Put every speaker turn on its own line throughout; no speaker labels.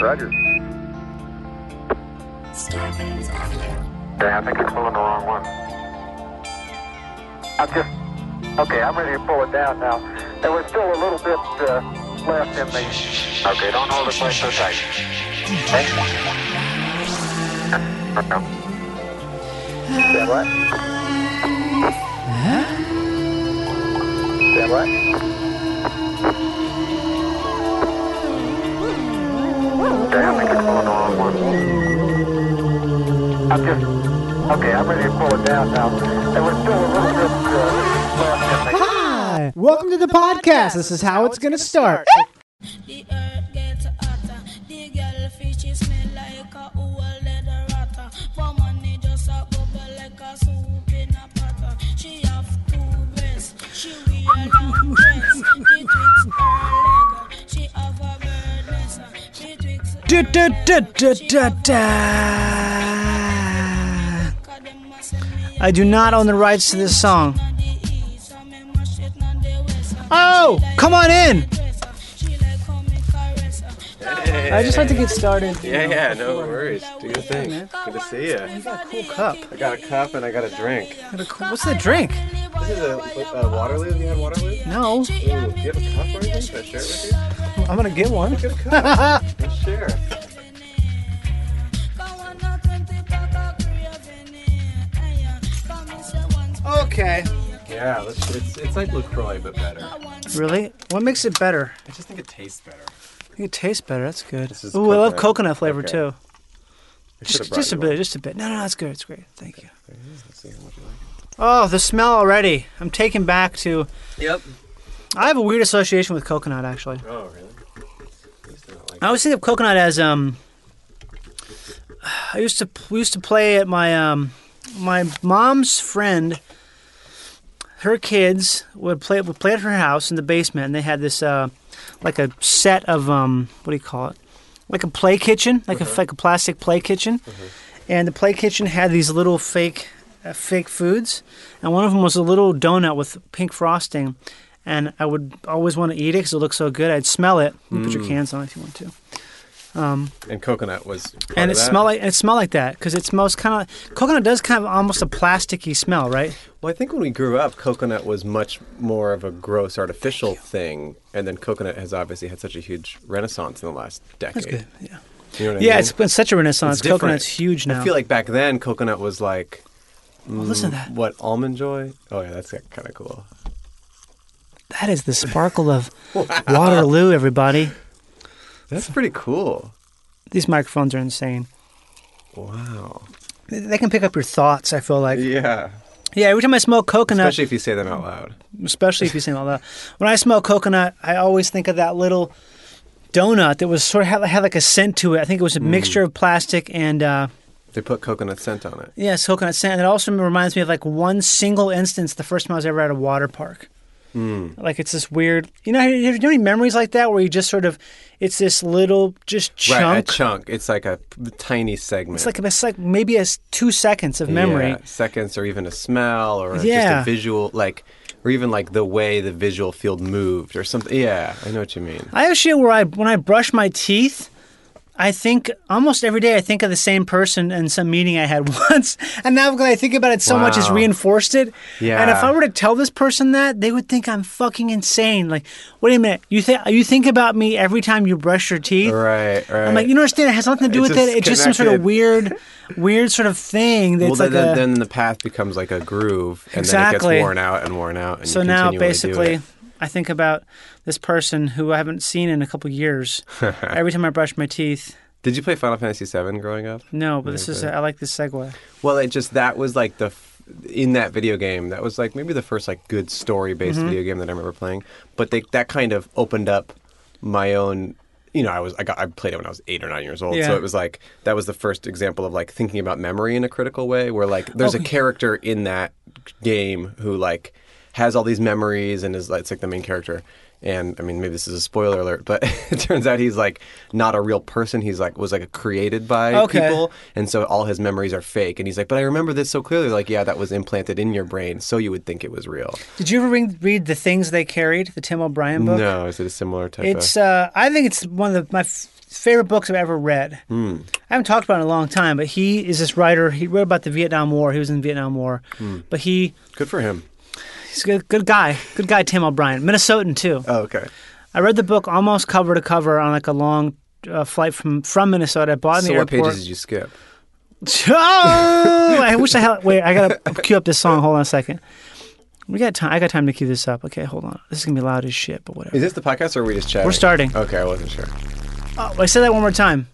Roger.
Starbane's Avenue.
Yeah, I think you're pulling the wrong one. I'm just, okay, I'm ready to pull it down now. There was still a little bit uh, left in the. Okay, don't hold it quite so tight. Okay? Said what? Said what? Okay, I think you're pulling the wrong one. I'm just, okay, I'm ready to pull it down now. There was still a little bit uh, left in the.
Hi, welcome to the podcast. This is how it's going to start.
The earth gets hotter. The girl fishes smell like a old leather rotter. For money just a bubble like a soup in a pot. She have two breasts. She wear long dress. Betwixt her leg, she have a bird nest. Betwixt her
Da, da, da, da,
leg, she
da,
have a-
da.
Cause them a send me
I do not own the rights to this song.
on the east, and me mash it on the west.
Oh, come on in.
Dress, she like how me caress.
I just like to get started.
Yeah, yeah, no worries. Do your thing. Good to see you.
You got a cool
cup.
I got a cup and I got a drink.
What's the drink?
This is a, a Waterloo. You had Waterloo? Ooh,
No,
do you have a cup or anything? Should I share it with you?
I'm gonna get one.
Give a cup. Let's share.
Okay.
Yeah, let's, it's, it's like LaCroix, but better.
Really? What makes it better?
I just think it tastes better.
I think it tastes better. That's good.
This is
Ooh, I love
coconut.
coconut flavor
Okay.
too.
I should've
Just,
brought
just a
you
bit,
one.
just a bit. No, no, that's good. It's great. Thank you.
Let's see how much you like.
Oh, the smell already. I'm taken back to.
Yep.
I have a weird association with coconut actually.
Oh, really? At least they're not like-
I always think of coconut as um. I used to we used to play at my um, my mom's friend. Her kids would play would play at her house in the basement, and they had this uh, like a set of um, what do you call it? Like a play kitchen, like a like a plastic play kitchen, and the play kitchen had these little fake uh, fake foods, and one of them was a little donut with pink frosting. And I would always want to eat it because it looked so good. I'd smell it. You can put your cans on if you want to
And coconut was. part
and it
of that.
smelled like and it smelled like that because it smells kind of coconut does kind of almost a plasticky smell, right?
Well, I think when we grew up, coconut was much more of a gross, artificial thing, and then coconut has obviously had such a huge renaissance in the last decade.
That's good. Yeah,
You know what I
yeah.
mean?
It's been such a renaissance.
different.
Coconut's huge now.
I feel like back then, coconut was like
Oh, listen to that.
what almond joy. Oh yeah, that's kind of cool.
That is the sparkle of Waterloo, everybody.
That's pretty cool.
These microphones are insane.
Wow.
They- They can pick up your thoughts. I feel like.
Yeah.
Yeah. Every time I smell coconut,
Especially if you say them out loud.
especially if you sing all that. When I smell coconut, I always think of that little donut that was sort of had, had like a scent to it. I think it was a
Mm.
mixture of plastic and. Uh,
They put coconut scent on it.
Yes, coconut sand. It also reminds me of like one single instance, the first time I was ever at a water park.
Hmm.
Like it's this weird, you know, have you have any memories like that where you just sort of, it's this little just chunk.
Right, a chunk. It's like a p- tiny segment.
it's like it's like maybe it's two seconds of memory.
Yeah, seconds or even a smell or just
Yeah.
a visual like or even like the way the visual field moved or something. Yeah, I know what you mean.
I have shit where I when I brush my teeth, I think almost every day I think of the same person in some meeting I had once, and now because I think about it so much, it's
Wow.
reinforced it. And if
Yeah.
I were to tell this person that, they would think I'm fucking insane. Like, wait a minute, you think you think about me every time you brush your teeth?
Right, right.
I'm like, you don't understand. It has nothing to do
It's
with it.
just
It's just some sort of
connected.
weird, weird sort of thing. That's
well,
like
then,
a,
then the path becomes like a groove, and then
Exactly.
it gets worn out and worn out. And
So
you
now
continually do
basically
it.
I think about this person who I haven't seen in a couple years. Every time I brush my teeth.
did you play Final Fantasy VII growing up?
No, but this is uh, I like this segue.
Well, it just that was like the f- in that video game that was like maybe the first like good story based
Mm-hmm.
video game that I remember playing. But they, that kind of opened up my own. You know, I was I got I played it when I was eight or nine years old,
Yeah.
so it was like that was the first example of like thinking about memory in a critical way. Where like there's a
Oh, Okay.
character in that game who like has all these memories and is like it's like the main character. And I mean, maybe this is a spoiler alert, but it turns out he's like not a real person. He's like was like created by
Okay.
people, and so all his memories are fake. And he's like, but I remember this so clearly. Like, yeah, that was implanted in your brain, so you would think it was real.
Did you ever read, read the things they carried? The Tim O'Brien book.
No, is it a similar type?
It's
of...
uh, I think it's one of the, my f- favorite books I've ever read.
Hmm.
I haven't talked about it in a long time, but he is this writer. He wrote about the Vietnam War. He was in the Vietnam War,
Hmm.
but he
good for him.
he's a good, good guy. Good guy, Tim O'Brien, Minnesotan too.
Oh, okay.
I read the book almost cover to cover on like a long uh, flight from from Minnesota. I bought it in
So
the
what
airport.
pages did you skip?
Oh, I wish I had. Wait, I gotta cue up this song. Hold on a second. We got time. I got time to cue this up. Okay, hold on. This is gonna be loud as shit, but whatever.
Is this the podcast or are we just chatting?
We're starting.
Okay, I wasn't sure.
Oh, I said that one more time.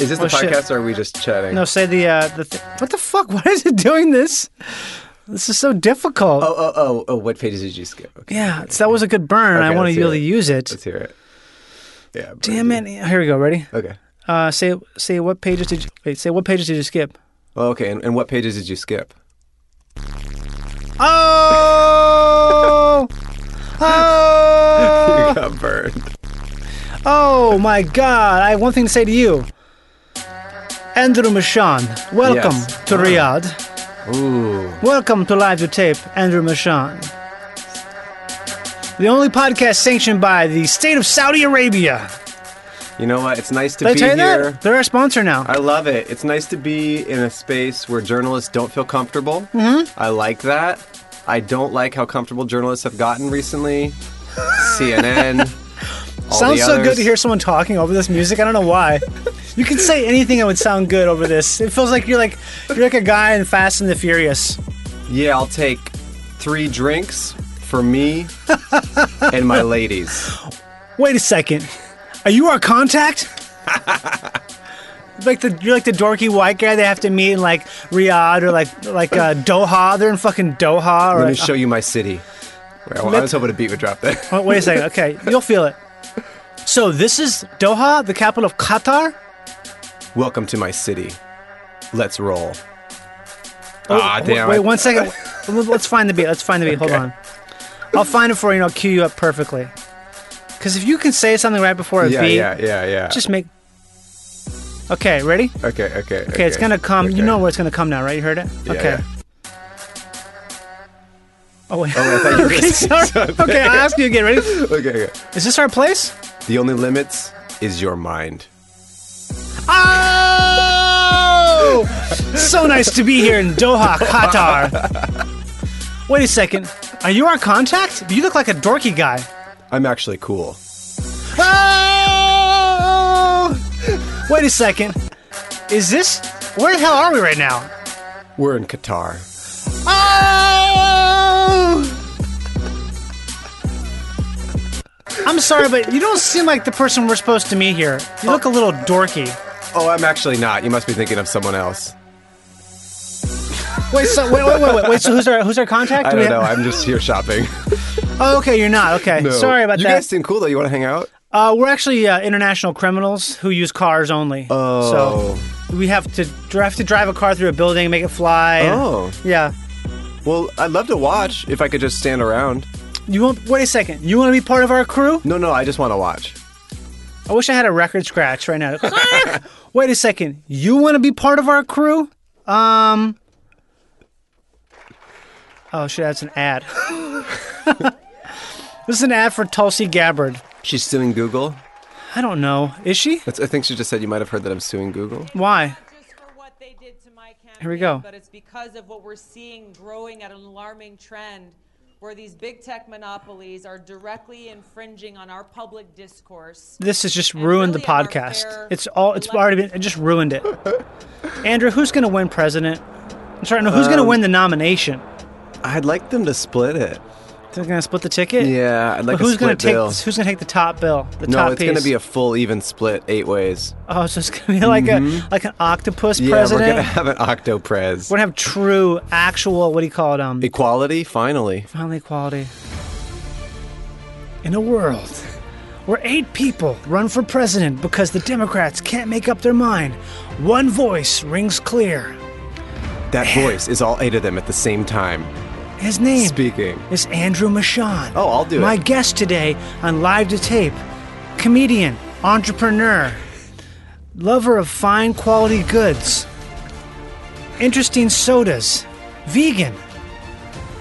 Is this
Oh,
the
shit.
podcast or are we just chatting?
No, say the uh, the. Th- what the fuck? Why is it doing this? This is so difficult.
Oh, oh, oh, oh, what pages did you skip? Okay.
Yeah, so that was a good burn. I
Okay,
want
let's
to
hear
really
it.
use it.
Let's hear it. Yeah. but-
Damn it! Here we go. Ready?
Okay.
Uh, say say what pages did you wait? Say what pages did you skip?
Well, okay, and, and what pages did you skip?
Oh! oh!
You got burned.
Oh my God! I have one thing to say to you, Andrew Machan. Welcome
Yes.
to Riyadh.
Ooh.
Welcome to Live to Tape, Andrew Machan. The only podcast sanctioned by the state of Saudi Arabia.
You know what? It's nice to
Did I
be
tell you
here.
that? They're our sponsor now.
I love it. It's nice to be in a space where journalists don't feel comfortable. Mm-hmm. I like that. I don't like how comfortable journalists have gotten recently. CNN. all the
Sounds so good
others.
to hear someone talking over this music. I don't know why. You can say anything that would sound good over this. It feels like you're like you're like a guy in Fast and the Furious.
Yeah, I'll take three drinks for me and my ladies.
Wait a second. Are you our contact? like the you're like the dorky white guy they have to meet in like Riyadh or like like uh, Doha. They're in fucking Doha. Or,
Let me show you my city. Well, I
Let-
was hoping a beat would drop there.
Oh, wait a second. Okay, you'll feel it. So this is Doha, the capital of Qatar.
Welcome to my city. Let's roll. Ah,
Oh, Wait,
damn.
Wait
I-
one second. Let- Let's find the beat. Let's find the beat. Hold on. I'll find it for you and I'll cue you up perfectly. Because if you can say something right before a
Yeah,
beat,
yeah, yeah, yeah.
just make. Okay, ready?
okay, okay, okay.
Okay, it's gonna come.
okay.
You know where it's gonna come now, right? You heard it.
Yeah,
okay.
yeah.
Oh wait.
Oh, I thought you were
okay,
gonna say
sorry.
something.
Okay, I'll ask you again. Ready?
Okay, okay.
Is this our place?
The only limits is your mind.
Oh! so nice to be here in Doha, Qatar. Wait a second. Are you our contact? You look like a dorky guy.
I'm actually cool.
Oh! Wait a second. Is this? Where the hell are we right now?
We're in Qatar.
Oh! I'm sorry, but you don't seem like the person we're supposed to meet here. You look a little dorky.
Oh, I'm actually not. You must be thinking of someone else.
Wait, so wait, wait, wait, wait. wait so who's our who's our contact?
I
Do we
don't know.
have-
I'm just here shopping.
oh, okay, you're not. Okay,
No.
sorry about
you
that.
You guys seem cool though. You want to hang out?
uh, we're actually uh, international criminals who use cars only.
Oh.
so we have to drive to drive a car through a building, make it fly. and-
Oh.
yeah.
Well, I'd love to watch if I could just stand around.
You want? Wait a second. You want to be part of our crew?
No, no, I just want to watch.
I wish I had a record scratch right now. Wait a second. You want to be part of our crew? Um. Oh shit, that's an ad. this is an ad for Tulsi Gabbard.
She's suing Google.
I don't know. Is she?
That's, I think she just said you might have heard that I'm suing Google.
Why?
just for what they did to my campaign,
Here we go.
but it's because of what we're seeing growing at an alarming trend where these big tech monopolies are directly infringing on our public discourse.
This has just
And
ruined the
really our
podcast.
fair
It's all. It's
elect-
already been. It just ruined it. Andrew, who's gonna win president? I'm sorry. No, who's
Um,
gonna win the nomination?
I'd like them to split it.
They're gonna split the ticket.
Yeah, I'd like
But who's
a split
gonna take?
bill.
Who's gonna take the top bill? The
no,
top
it's going to
piece?
be a full even split eight ways.
Oh, so it's gonna be like a like an octopus
Mm-hmm. Yeah,
president.
we're going to have an octoprez.
We're gonna have true, actual, what do you call it? Um,
Equality, finally.
finally equality. In a world where eight people run for president because the Democrats can't make up their mind, one voice rings clear.
That voice is all eight of them at the same time.
His name
Speaking.
is Andrew Michon.
Oh, I'll do
My
it.
guest today on Live to Tape, comedian, entrepreneur, lover of fine quality goods, interesting sodas, vegan.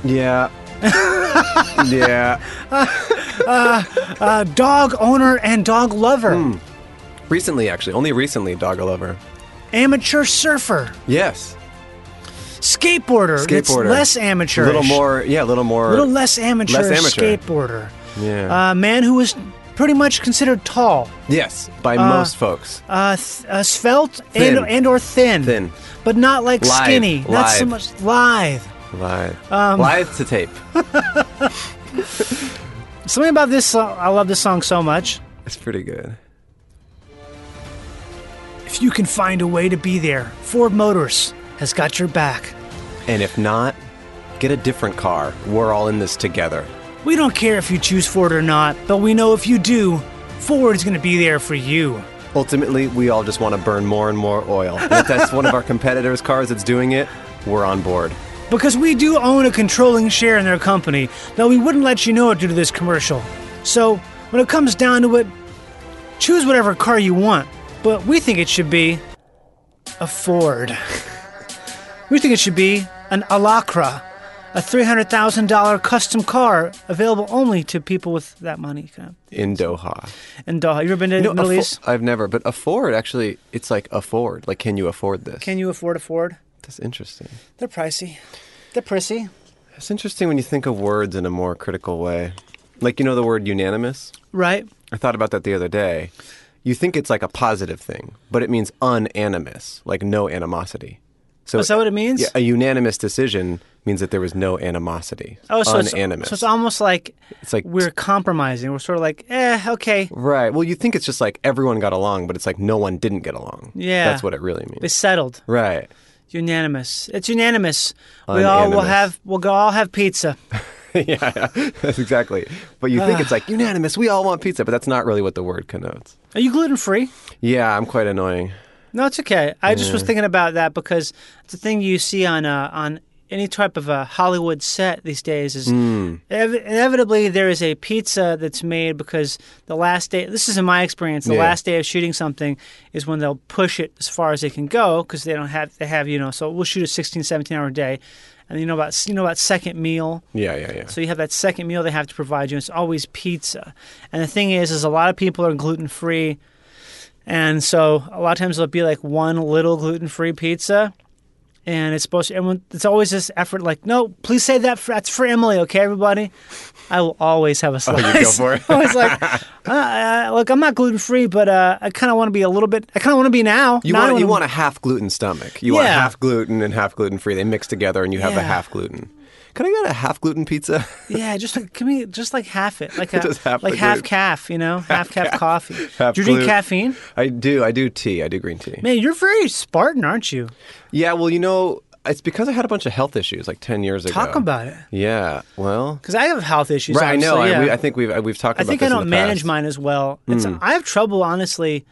Yeah. yeah.
a dog owner and dog lover,
Hmm. Recently, actually, only recently, dog lover.
amateur surfer,
Yes.
skateboarder. That's
Skateboarder.
less amateur.
A little more. Yeah, a little more.
A little uh, less amateur.
Less amateur.
Skateboarder.
Yeah.
A man who is pretty much considered tall,
yes, by most folks.
uh, th- uh, svelte,
Thin.
and and or thin.
Thin.
But not like
Lithe.
skinny. Not so
Lithe.
much lithe.
Live.
um,
Live to tape.
Something about this song. I love this song so much.
It's pretty good.
If you can find a way to be there, Ford Motors has got your back.
And if not, get a different car. We're all in this together.
We don't care if you choose Ford or not, but we know if you do, Ford's going to be there for you.
Ultimately, we all just want to burn more and more oil. And if that's one of our competitors' cars that's doing it, we're on board.
Because we do own a controlling share in their company, though we wouldn't let you know it due to this commercial. So, when it comes down to it, choose whatever car you want, but we think it should be a Ford. we think it should be an Alacra, a $300,000 custom car available only to people with that money. kind of.
In Doha.
And Doha, you ever been to
No,
the Middle
affo-
East?
I've never, but afford actually, it's like afford. Like, can you afford this?
Can you afford a Ford?
That's interesting.
They're pricey. They're prissy.
It's interesting when you think of words in a more critical way. Like, you know, the word unanimous?
Right?
I thought about that the other day. You think it's like a positive thing, but it means unanimous, like no animosity. So
Oh, Is that what it means?
Yeah, a unanimous decision means that there was no animosity.
Oh, so it's,
unanimous.
so it's almost like
It's like-
we're compromising. We're sort of like, eh, okay.
right. Well, you think it's just like everyone got along, but it's like no one didn't get along.
Yeah.
that's what it really means.
They settled.
right.
Unanimous. It's unanimous. We all will
Unanimous.
have we'll go all have pizza.
yeah, yeah. that's exactly. But you think it's like unanimous. We all want pizza, but that's not really what the word connotes.
Are you gluten free?
Yeah, I'm quite annoying.
No, it's okay. I just was thinking about that because it's a thing you see on uh, on any type of a Hollywood set these days is ev- inevitably there is a pizza that's made because the last day. This is in my experience. The
Yeah.
last day of shooting something is when they'll push it as far as they can go because they don't have they have you know. So we'll shoot a 16, 17 hour day, and you know about you know about second meal.
Yeah, yeah, yeah.
So you have that second meal they have to provide you. and It's always pizza. And the thing is, is a lot of people are gluten free, and so a lot of times it'll be like one little gluten free pizza, and it's supposed to. Everyone, it's always this effort like, no, please say that for, that's for Emily, okay, everybody. I will always have a slice.
Oh, you go for it.
always like, uh, uh, look, I'm not gluten free, but uh, I kind of want to be a little bit. I kind of want to be now.
You
Now I
want you
wanna-
want a half gluten stomach. You want
Yeah.
half gluten and half gluten free. They mix together, and you have
Yeah.
a half gluten. Can I get a half gluten pizza?
Yeah, just like can we just like half it, like a,
Just half
like
the
half
gluten.
calf, you know, half calf coffee.
half
Do you drink
gluten.
caffeine?
I do. I do tea. I do green tea.
Man, you're very Spartan, aren't you?
Yeah. Well, you know, it's because I had a bunch of health issues like ten years ago.
Talk about it.
Yeah. Well.
Because I have health issues.
Right. I know.
obviously,
I, we,
yeah.
I think we've I- we've talked
I
about.
think
this
I
in
don't
the
manage
past. Hmm.
mine as well. It's, I have trouble, honestly.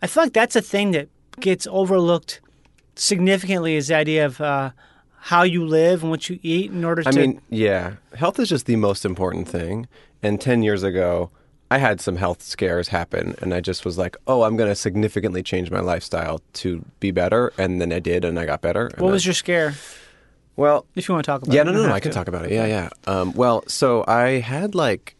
I feel like that's a thing that gets overlooked significantly is the idea of uh, how you live and what you eat in order
I
to.
mean, yeah, health is just the most important thing. And 10 years ago, I had some health scares happen, and I just was like, oh, I'm going to significantly change my lifestyle to be better. And then I did, and I got better.
what was your scare?
Well,
If you want to talk about
yeah,
it.
no,
you
no,
don't
no,
have
I can
to.
talk about it. Yeah, yeah. Um, well, so I had like,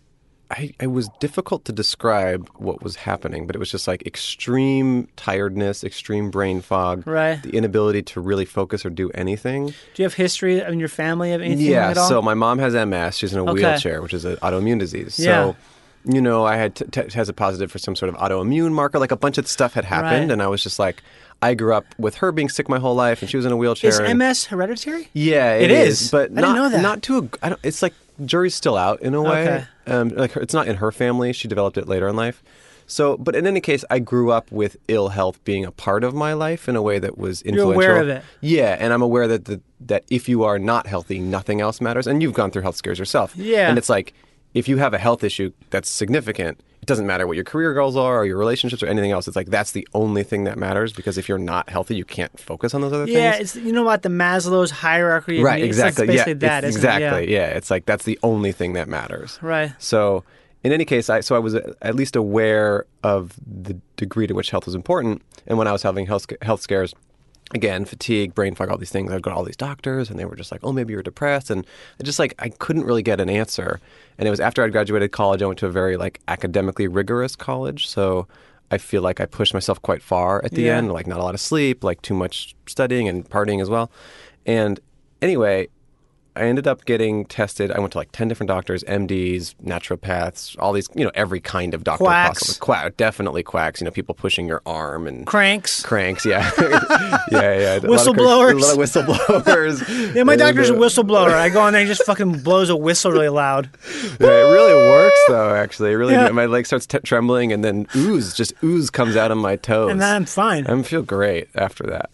I, I was difficult to describe what was happening, but it was just like extreme tiredness, extreme brain fog,
Right.
the inability to really focus or do anything.
Do you have history in your family of anything
Yeah,
at all?
so my mom has MS. She's in a
Okay.
wheelchair, which is an autoimmune disease.
Yeah.
So, you know, I had t- t- has a positive for some sort of autoimmune marker. Like a bunch of stuff had happened,
Right.
and I was just like, I grew up with her being sick my whole life, and she was in a wheelchair.
is
and-
MS hereditary?
Yeah,
It
is,
is. I
but
didn't
not
know that.
not to a. I don't, it's like jury's still out in a way.
Okay.
Um, like her, it's not in her family. She developed it later in life. So, but in any case, I grew up with ill health being a part of my life in a way that was influential.
aware of it.
Yeah, and I'm aware that the, that if you are not healthy, nothing else matters. And you've gone through health scares yourself.
Yeah.
and it's like if you have a health issue that's significant, it doesn't matter what your career goals are or your relationships or anything else. It's like that's the only thing that matters because if you're not healthy, you can't focus on those other
Yeah,
things.
it's you know about the Maslow's hierarchy. of
right,
needs? It's
exactly.
basically
yeah,
that,
it's-
isn't it?
exactly. Yeah. it's like that's the only thing that matters.
Right.
So, in any case, I so I was uh, at least aware of the degree to which health was important, and when I was having health sca- health scares. Again, fatigue, brain fog, all these things. I'd go to all these doctors, and they were just like, "Oh, maybe you're depressed," and I just like I couldn't really get an answer. And it was after I graduated college. I went to a very like academically rigorous college, so I feel like I pushed myself quite far at the
Yeah.
end. Like not a lot of sleep, like too much studying and partying as well. And anyway, I ended up getting tested. I went to like 10 different doctors, MDs, naturopaths, all these, you know, every kind of doctor
Quacks.
possible. Quack, definitely quacks, you know, people pushing your arm and
Cranks.
cranks. Yeah. yeah, yeah. A lot of cranks-
Whistleblowers.
A lot of whistleblowers.
Yeah, my
And,
doctor's a
uh,
whistleblower. I go in there, he just fucking blows a whistle really loud.
Yeah, it really works though, actually. It really,
Yeah.
my leg starts t- trembling and then ooze, just ooze comes out of my toes.
And then I'm fine.
I feel great after that.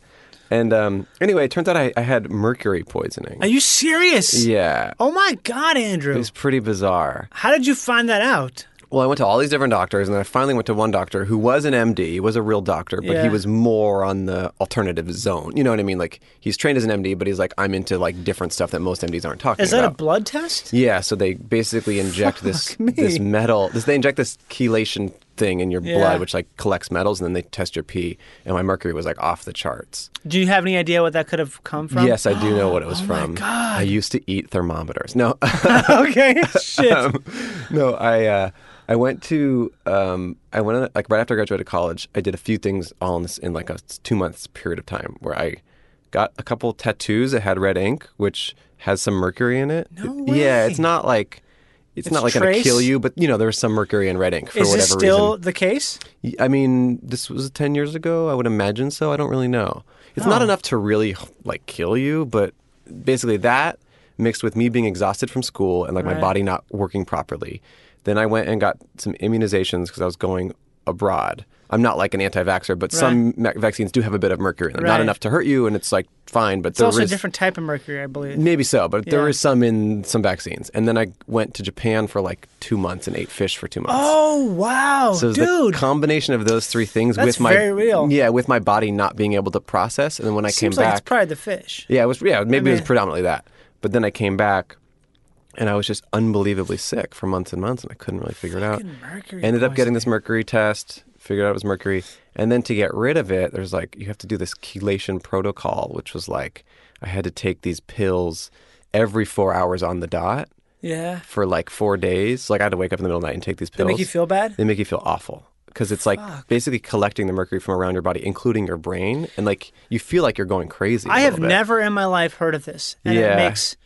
And um, anyway, it turns out I, I had mercury poisoning.
Are you serious?
yeah.
Oh my God, Andrew.
It was pretty bizarre.
How did you find that out?
Well, I went to all these different doctors, and then I finally went to one doctor who was an MD, he was a real doctor, but
Yeah.
he was more on the alternative zone. You know what I mean? Like he's trained as an MD, but he's like, I'm into like different stuff that most MDs aren't talking
Is that a
about.
blood test?
yeah, so they basically inject this
me.
this metal. This, they inject this chelation thing in your
Yeah.
blood, which like collects metals, and then they test your pee. And my mercury was like off the charts.
Do you have any idea what that could have come from? Oh
Yes, I do know what it was
my
from.
God.
I used to eat thermometers. No.
okay. Shit.
Um, no, I uh, I went to um, I went on, like right after I graduated college. I did a few things all in this in like a two months period of time where I got a couple tattoos that had red ink, which has some mercury in it.
No
It- Yeah,
way.
it's not like. It's,
It's
not like going to
trace?
kill you, but you know there's some mercury in red ink for
Is
whatever
this still
reason.
the case?
Y- I mean, this was ten years ago. I would imagine so. I don't really know. It's not
Oh.
enough to really like kill you, but basically that mixed with me being exhausted from school and like
Right.
my body not working properly. Then I went and got some immunizations because I was going abroad. I'm not like an anti-vaxxer, but some ma- vaccines do have a bit of mercury in them.
Right.
Not enough to hurt you, and it's like fine. But
It's also
there
a
is
different type of mercury, I believe.
maybe so, but there
Yeah.
is some in some vaccines. And then I went to Japan for like two months and ate fish for two months.
Oh, wow.
So it was
Dude.
the combination of those three things
That's
with my
very real.
yeah, with my body not being able to process, and then when I
Seems
came
like it's
back,
probably the fish.
yeah, it was yeah, maybe it was
mean-
predominantly that. But then I came back, and I was just unbelievably sick for months and months, and I couldn't really figure it out.
Fucking mercury
Ended up getting this mercury test, figured out it was mercury, and then to get rid of it, there's like you have to do this chelation protocol, which was like I had to take these pills every four hours on the dot
Yeah.
for like four days. Like I had to wake up in the middle of the night and take these
They
pills.
make you feel bad?
They make you feel awful because it's like basically collecting the mercury from around your body, including your brain, and like you feel like you're going crazy. I
I have never in my life heard of this. And it
Yeah.
makes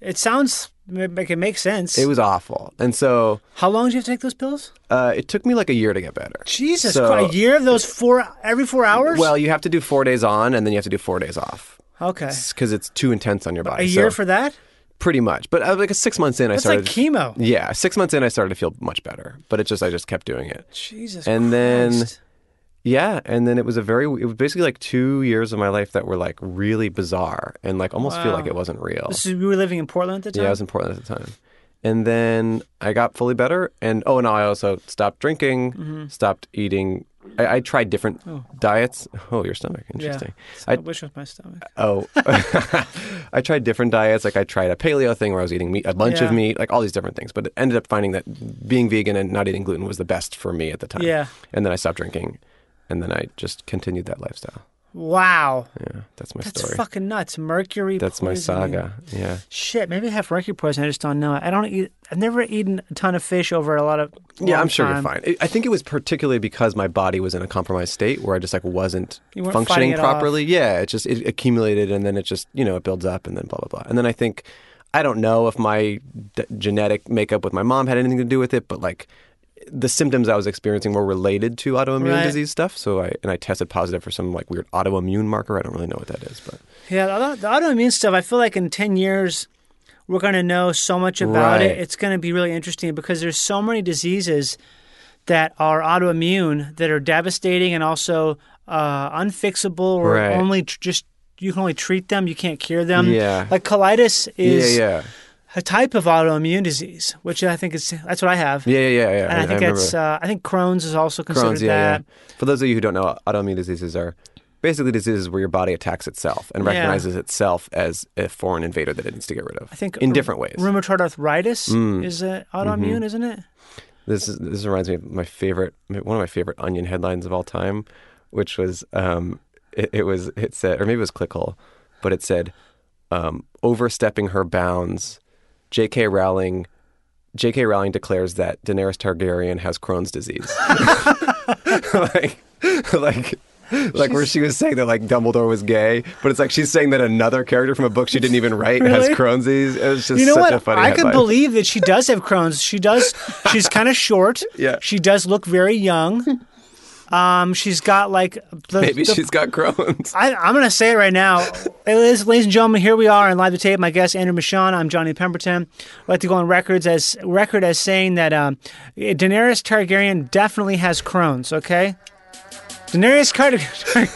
it sounds like it makes sense.
It was awful, and so
How long do you have to take those pills?
uh, it took me like a year to get better.
Jesus
So-
Christ! A year of those four every four hours?
Well, you have to do four days on, and then you have to do four days off
okay,
because it's too intense on your body.
a year
so
for that?
pretty much, but uh, like six months in, I
That's
started.
like chemo.
yeah, six months in, I started to feel much better, but it just I just kept doing it.
Jesus.
And then-
Christ.
Yeah, and then it was a very it was basically like two years of my life that were like really bizarre and like almost feel like it wasn't real.
This is, we were living in Portland at the time.
Yeah, I was in Portland at the time. And then I got fully better. And oh, no, I also stopped drinking,
Mm-hmm.
stopped eating. I, I tried different diets. Oh, your stomach.
Yeah.
Interesting.
I,
I,
wish with my stomach.
oh, I tried different diets. Like I tried a paleo thing where I was eating meat, a bunch of
Yeah.
meat, like all these different things. But it ended up finding that being vegan and not eating gluten was the best for me at the time.
Yeah.
And then I stopped drinking. And then I just continued that lifestyle.
Wow,
Yeah, that's my
that's
story.
fucking nuts. Mercury.
that's my
poisoning.
saga. Yeah.
Shit, maybe I have mercury poisoning. I just don't know. it. I don't eat. I've never eaten a ton of fish over a lot of.
Yeah,
long
I'm sure you're
time.
fine. I- I think it was particularly because my body was in a compromised state where I just like wasn't
You weren't fighting
functioning
it
properly. Yeah, it just it accumulated and then it just you know it builds up and then blah blah blah. And then I think I don't know if my d- genetic makeup with my mom had anything to do with it, but like the symptoms I was experiencing were related to autoimmune
Right.
disease stuff. So I and I tested positive for some like weird autoimmune marker. I don't really know what that is, but
Yeah, the, auto- the autoimmune stuff. I feel like in ten years, we're going to know so much about it.
Right.
It's going to be really interesting because there's so many diseases that are autoimmune that are devastating and also uh, unfixable or
Right.
only tr- just you can only treat them. You can't cure them.
Yeah.
like colitis is
yeah, yeah.
a type of autoimmune disease, which I think is that's what I have.
Yeah, yeah, yeah. yeah.
And I think
remember
it's uh, I think Crohn's is also considered
Crohn's. Yeah,
that.
yeah. For those of you who don't know, autoimmune diseases are basically diseases where your body attacks itself and
Yeah.
recognizes itself as a foreign invader that it needs to get rid of.
I think
in
rheu-
different ways. Mm. Mm-hmm.
Rheumatoid arthritis is uh, autoimmune, isn't it?
This is, this reminds me of my favorite one of my favorite Onion headlines of all time, which was um, it, it was it said or maybe it was Clickhole, but it said um, overstepping her bounds. J.K. Rowling. J.K. Rowling declares that Daenerys Targaryen has Crohn's disease. like, like, like where she was saying that like Dumbledore was gay, but it's like she's saying that another character from a book she didn't even write
Really?
has Crohn's disease. It was just
you know
such
what?
a funny.
I could
headline.
believe that she does have Crohn's. She does. She's kind of short.
Yeah.
She does look very young. Um, she's got like the,
maybe
the-
she's got Crohn's.
I, I'm going to say it right now. Ladies, ladies and gentlemen, here we are on Live to Tape. My guest, Andrew Michon. I'm Johnny Pemberton. I'd like to go on records as record as saying that um, Daenerys Targaryen definitely has Crohn's, okay? Daenerys Targaryen.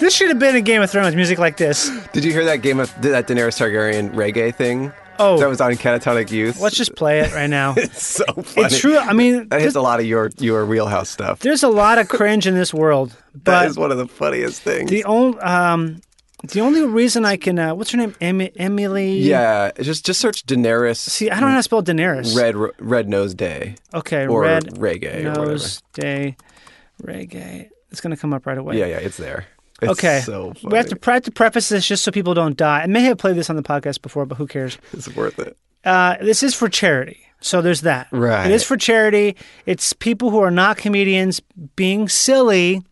this should have been a Game of Thrones music like this.
Did you hear that game of that Daenerys Targaryen reggae thing?
Oh.
that was on Catatonic Youth.
Let's just play it right now.
It's so funny.
It's true. I mean,
That hits
this-
a lot of your your wheelhouse stuff.
there's a lot of cringe in this world,
that
but
is one of the funniest things.
the only um, the only reason I can uh, what's her name Em- Emily?
yeah, just just search Daenerys
See, I don't know how to spell Daenerys.
Red Red Nose Day.
Okay.
or
red
reggae or whatever.
Nose Day reggae. It's gonna come up right away.
Yeah, yeah, it's there. It's
okay.
so funny.
we have to, pre- to preface this just so people don't die. I may have played this on the podcast before, but who cares?
it's worth it.
Uh, this is for charity. So there's that.
Right.
It is for charity. It's people who are not comedians being silly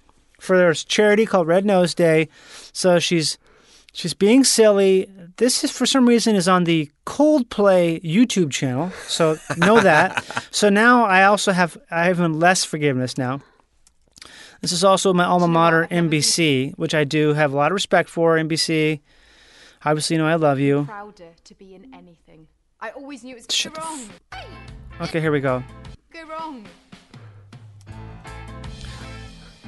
for there's charity called Red Nose Day. So she's she's being silly. This is for some reason is on the Coldplay YouTube channel. So know that. so now I also have I have even less forgiveness now. This is also my alma mater NBC, which I do have a lot of respect for NBC. Obviously, you know I love you.
prouder to be in anything. I always knew it was
Shut
go
the
wrong.
f- Okay, here we go.
go wrong.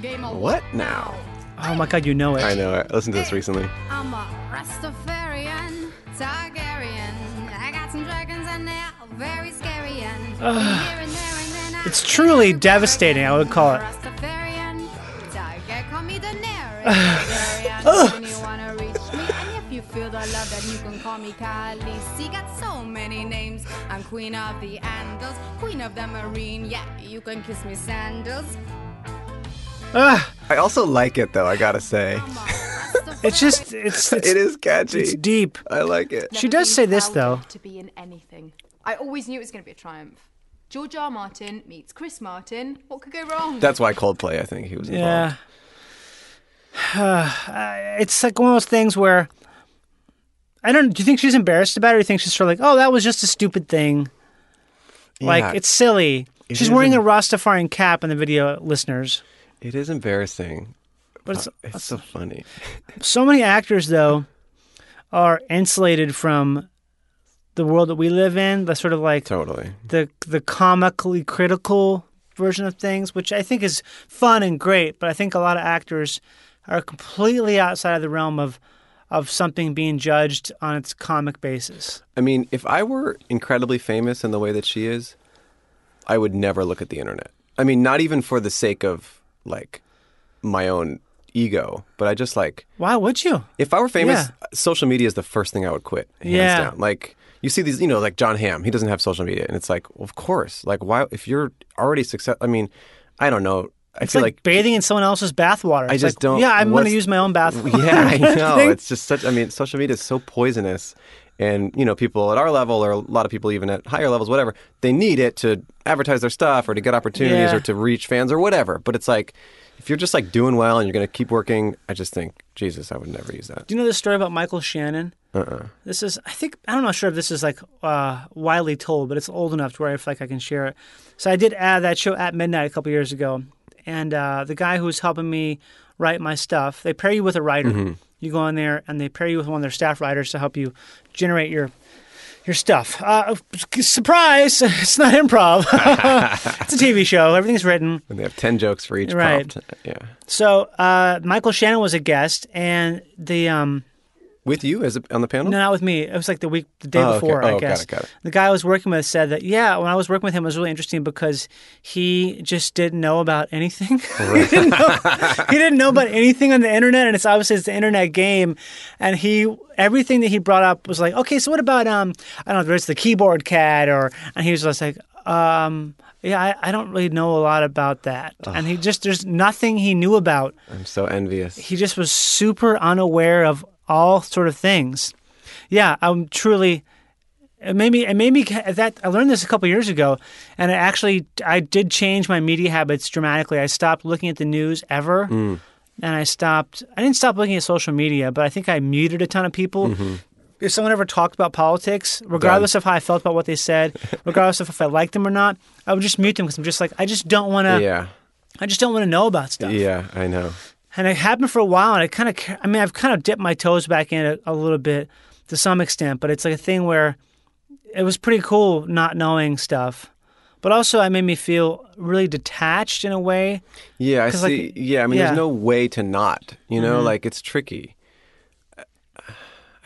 Game on.
What now?
Oh my god, you know it.
I know. I listened to this recently.
I'm a Rastafarian, Targaryen. I got some dragons and they're very scary. And here and there and then I
It's
get
truly
everywhere
devastating,
again.
I would call it.
Rastafarian, Tiger, call me Daenerys. Targaryen, when you wanna reach me, and if you feel the love, then you can call me Khaleesi. Got so many names. I'm Queen of the Andals, Queen of the Marine. Yeah, you can kiss me sandals.
I also like it though. I gotta say,
I'm a
It's
Rastafarian.
just it's it's,
it is catchy.
it's deep.
I like it.
She
Never
does
been
say this,
prouder
though.
To be in anything, I always knew it was going to be a triumph. George R. R. Martin meets Chris Martin. What could go wrong?
That's why Coldplay. I think he was involved.
Yeah. it's like one of those things where I don't do you think she's embarrassed about it or do you think she's sort of like, "Oh, that was just a stupid thing."
Yeah.
Like it's silly. she's
is
wearing a
em-
Rastafarian cap in the video listeners.
It is embarrassing.
But it's,
It's so funny.
so many actors though are insulated from the world that we live in, the sort of like
Totally.
the the comically critical version of things, which I think is fun and great, but I think a lot of actors are completely outside of the realm of of something being judged on its comic basis.
I mean, if I were incredibly famous in the way that she is, I would never look at the internet. I mean, not even for the sake of like my own ego, but I just like
Why would you?
if I were famous,
Yeah.
social media is the first thing I would quit. Hands
Yeah.
down. Like you see these, you know, like John Hamm, he doesn't have social media, and it's like, of course, like why? If you're already success, I mean, I don't know. I
It's
feel
like,
like
bathing in someone else's bathwater.
I
It's
just
like,
don't-
Yeah, I'm going to
what's-
use my own bathwater.
yeah, I know. It's just such. I mean, social media is so poisonous, and you know, people at our level, or a lot of people even at higher levels, whatever, they need it to advertise their stuff, or to get opportunities,
Yeah.
or to reach fans, or whatever. But it's like, if you're just like doing well and you're going to keep working, I just think, Jesus, I would never use that.
Do you know this story about Michael Shannon? Uh-uh. This is, I think, I'm not sure if this is like uh, widely told, but it's old enough to where I feel like I can share it. So I did add that show at midnight a couple years ago, and uh, the guy who was helping me write my stuff, they pair you with a writer. You go in there and they pair you with one of their staff writers to help you generate your your stuff. Uh, surprise! It's not improv. it's a TV show. Everything's written.
And they have ten jokes for each
Right.
prompt. Yeah,
So uh, Michael Shannon was a guest, and the um,
with you as a, on the panel?
No, not with me. It was like the week, the day
Oh, okay.
before,
Oh,
I
got it,
guess.
got it.
The guy I was working with said that, yeah, when I was working with him, it was really interesting because he just didn't know about anything. he, didn't know, he didn't know about anything on the internet, and it's obviously it's the internet game. And he, everything that he brought up was like, okay, so what about, um, I don't know, there's the keyboard cat, or, and he was just like, um, yeah, I, I don't really know a lot about that. And he just, there's nothing he knew about
I'm so envious.
he just was super unaware of all sort of things. Yeah, I'm truly. It made me. It made me that I learned this a couple years ago, and it actually I did change my media habits dramatically. I stopped looking at the news ever, and I stopped. I didn't stop looking at social media, but I think I muted a ton of people. If someone ever talked about politics, regardless of how I felt about what they said, regardless of if I liked them or not, I would just mute them because I'm just like I just don't want to.
yeah,
I just don't want to know about stuff
yeah, I know.
and it happened for a while and i kind of i mean i've kind of dipped my toes back in it a little bit to some extent but it's like a thing where it was pretty cool not knowing stuff but also it made me feel really detached in a way
Yeah, I
'Cause,
see.
like,
yeah, I mean,
yeah. Mm-hmm.
there's no way to not. You know, like it's tricky.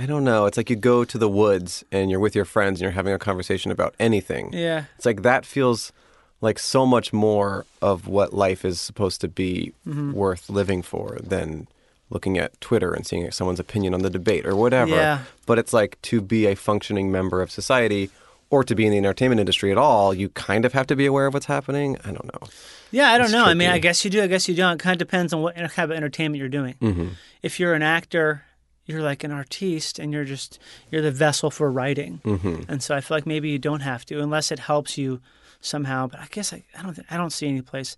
I don't know. It's like you go to the woods and you're with your friends and you're having a conversation about anything.
Yeah.
it's like that feels like so much more of what life is supposed to be
Mm-hmm.
worth living for than looking at Twitter and seeing someone's opinion on the debate or whatever.
Yeah.
But it's like to be a functioning member of society. Or to be in the entertainment industry at all, you kind of have to be aware of what's happening. I don't know.
yeah i don't
It's
know i mean i
tricky.
guess you do i guess you don't it kind of depends on what kind of entertainment you're doing
Mm-hmm.
if you're an actor you're like an artiste and you're just you're the vessel for writing
Mm-hmm.
and so i feel like maybe you don't have to unless it helps you somehow but i guess i, I don't think, i don't see any place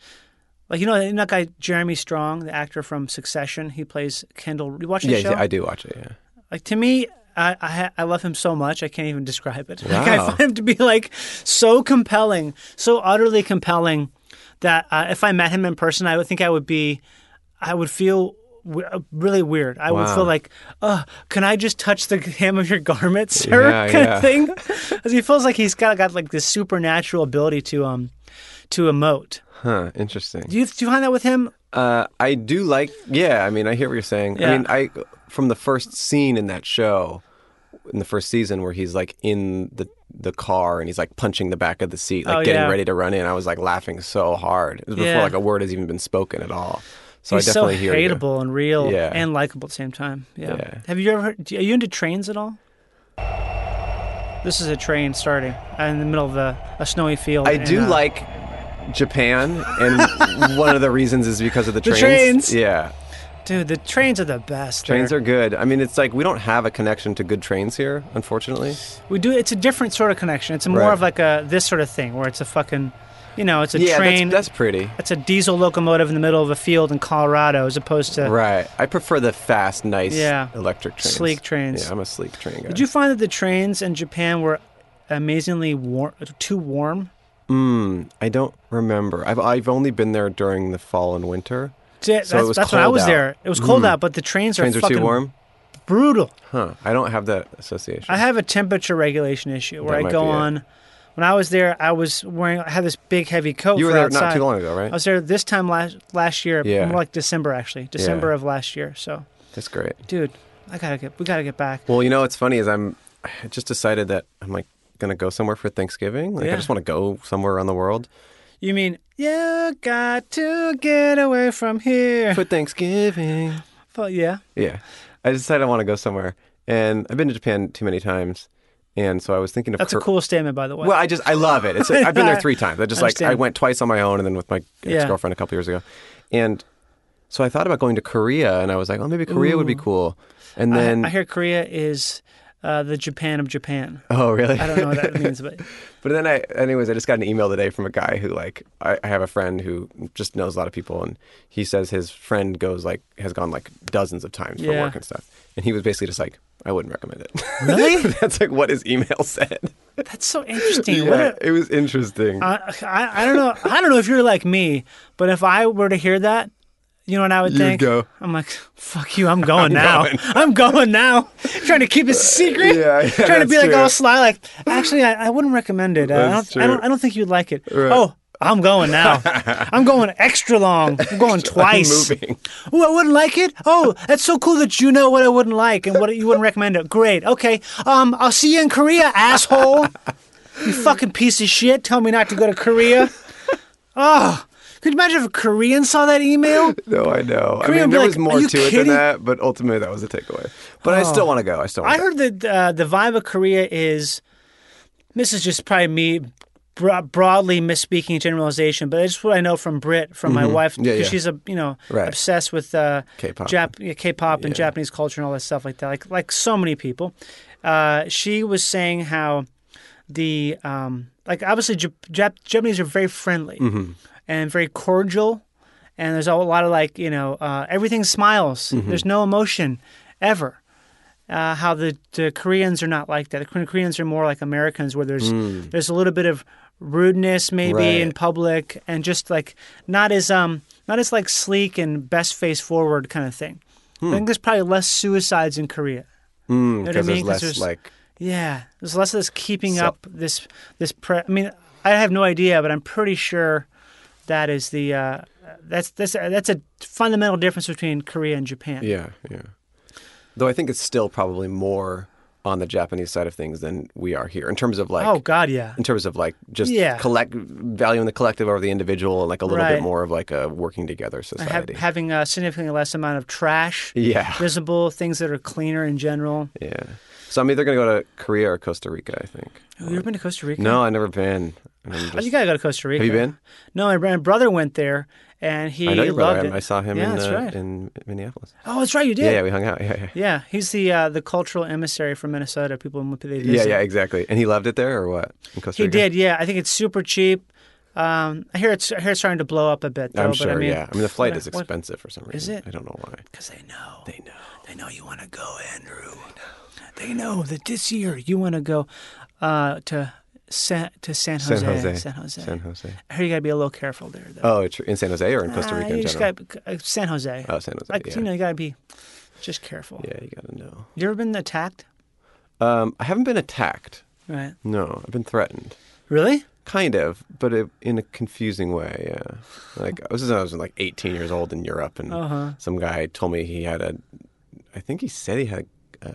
Like you know, you know that guy Jeremy Strong, the actor from Succession. He plays Kendall. You watch the
Yeah,
show?
I do watch it. Yeah.
Like to me, I, I ha- I love him so much I can't even describe it. Like, I
Wow.
find him to be like so compelling, so utterly compelling that uh, if I met him in person, I would think I would be, I would feel. w- uh, Really weird. I would
Wow.
feel like, oh, can I just touch the hem of your garment, sir?
Yeah,
kind
yeah.
of thing. 'Cause he feels like he's got got like this supernatural ability to um to emote.
Huh, interesting.
Do you do you find that with him?
uh, I do like, yeah, I mean, I hear what you're saying.
Yeah.
I mean, I, from the first scene in that show, in the first season where he's like in the, the car and he's like punching the back of the seat, like
Oh,
getting
yeah.
ready to run in, I was like laughing so hard. It was before
Yeah.
like a word has even been spoken at all. So
he's
I definitely
so
hear you.
hateable and real
Yeah.
and likable at the same time. Yeah.
Yeah.
Have you ever? Heard, do- are you into trains at all? This is a train starting in the middle of a, a snowy field.
I
and,
do
uh,
like Japan, and one of the reasons is because of the
The
trains.
trains.
Yeah.
Dude, the trains are the best.
Trains
there.
are good. I mean, it's like we don't have a connection to good trains here, unfortunately.
We do. It's a different sort of connection. It's more
Right.
of like a this sort of thing where it's a fucking, you know, it's a
yeah,
train.
that's, that's pretty.
it's a diesel locomotive in the middle of a field in Colorado, as opposed to.
Right. I prefer the fast, nice
Yeah.
electric trains.
Sleek trains.
Yeah, I'm a sleek train guy.
Did you find that the trains in Japan were amazingly warm, too warm?
I don't remember. I've I've only been there during the fall and winter.
Di- That's,
was
that's when I
cold
was
out. Hmm.
there. It was cold out, but the trains,
Trains are
fucking
too warm?
brutal.
Huh. I don't have that association.
I have a temperature regulation issue where
That
I
might
go
be it.
on. When I was there, I was wearing. I had this big heavy coat.
You were
for
there not
outside.
too long ago, right?
I was there this time last last year.
Yeah.
More like December actually, December of last year. So,
That's great.
dude, I gotta get. We gotta get back.
Well, you know what's funny is I'm I just decided that I'm like gonna go somewhere for Thanksgiving. Like
Yeah.
I just want to go somewhere around the world
You mean you got to get away from here?
for Thanksgiving.
Well, yeah.
Yeah. I decided I want to go somewhere, and I've been to Japan too many times, and so I was thinking of
That's a
Kor-
cool statement, by the way.
Well, I just I love it. It's I've been there three times. I just like I
Understand.
went twice on my own and then with my
Yeah.
ex girlfriend a couple years ago, and so I thought about going to Korea and I was like, oh, maybe Korea would be cool. And
I-
then
I, hear Korea is uh, the Japan of Japan.
oh really?
I don't know what that means, but
But then I, anyways, I just got an email today from a guy who like I, I have a friend who just knows a lot of people, and he says his friend goes like has gone like dozens of times for
Yeah.
work and stuff, and he was basically just like, I wouldn't recommend it.
Really?
That's like what his email said.
that's so interesting. What
Yeah,
a-
it was interesting.
I, I, I don't know. I don't know if you're like me, but if I were to hear that, you know what I would
You'd
think?
go.
I'm like, fuck you. I'm going now. I'm going now. Trying to keep it secret.
Yeah, yeah,
Trying to be
that's
like all
true.
sly. Like, actually, I, I wouldn't recommend it. Uh, I,
That's
don't, I don't.
true.
I don't think you'd like it. Oh, I'm going now. I'm going extra long. I'm going twice.
moving.
Oh, I wouldn't like it. Oh, that's so cool that you know what I wouldn't like and what you wouldn't recommend it. Great. Okay. Um, I'll see you in Korea, asshole. you fucking piece of shit. Tell me not to go to Korea. Oh, could you imagine if a Korean saw that email?
No, I know. I
Korean
mean,
be
there
like,
was
"Are
more
you
to it than
kidding?" Oh.
that, but ultimately that was the takeaway. But I still want to go. I still.
I
Wanna
heard that uh, the vibe of Korea is. This is just probably me bro- broadly misspeaking generalization, but it's what I know from Brit, from my wife,
Mm-hmm. Yeah,
'cause
yeah.
she's a you know
Right.
obsessed with uh,
K-pop.
Jap- yeah, K-pop and
Yeah.
Japanese culture and all that stuff like that. Like like so many people, uh, she was saying how the um, like obviously Jap- Jap- Japanese are very friendly
Mm-hmm.
and very cordial, and there's a lot of like you know uh, everything smiles.
Mm-hmm.
There's no emotion ever uh, how the, the Koreans are not like that. The Kor- Koreans are more like Americans, where there's there's a little bit of rudeness maybe in
Hmm. Right.
public, and just like not as um not as like sleek and best face forward kind of thing. I think there's probably less suicides in Korea.
go
what I
because Hmm. there's
mean? 'Cause
less
there's-
like.
Yeah, there's less of this keeping
So-
up this this. Pre- I mean, I have no idea, but I'm pretty sure that is the uh, that's that's that's a fundamental difference between Korea and Japan.
Yeah, yeah. Though I think it's still probably more on the Japanese side of things than we are here in terms of like.
oh God, yeah.
in terms of like just
Yeah.
collect valuing the collective over the individual, like a little
Right.
bit more of like a working together
have,
society.
having a significantly less amount of trash
Yeah.
visible, things that are cleaner in general.
yeah. So I'm either gonna go to Korea or Costa Rica. I think.
Have you ever been to Costa Rica?
No, I've never been. And I'm
Oh,
just-
you gotta go to Costa Rica.
have you been?
No, my, my brother went there, and he
I know your brother.
loved
and
it.
I saw him
Yeah,
in,
that's
uh,
right.
in Minneapolis.
oh, that's right, you did.
Yeah. yeah, we hung out. Yeah, yeah.
Yeah, he's the uh, the cultural emissary from Minnesota. People they visit.
Yeah, yeah, exactly. And he loved it there, or what? In Costa
He
Rica?
did. Yeah, I think it's super cheap. Um, I hear it's I hear it's starting to blow up a bit. Though,
I'm
but
sure.
I mean,
yeah. I mean, the flight
what-
is
what-
expensive for some reason.
it?
I don't know why.
Because they know. They know. They know you want to go, Andrew. They know. that this year you want to go uh, to San to San Jose.
San Jose.
San Jose.
San Jose.
I hear you got to be a little careful there, though.
Oh, it's in San Jose or in Costa
Ah,
Rica
you
in
just
general?
gotta- uh, San Jose.
Oh, San Jose.
like
yeah.
you know, you got to be just careful.
yeah, you gotta know.
You ever been attacked?
Um, I haven't been attacked.
Right.
No, I've been threatened.
Really?
Kind of, but it, in a confusing way. Yeah, like this is when I was like 18 years old in Europe, and
Uh-huh.
some guy told me he had a. I think he said he had a, a,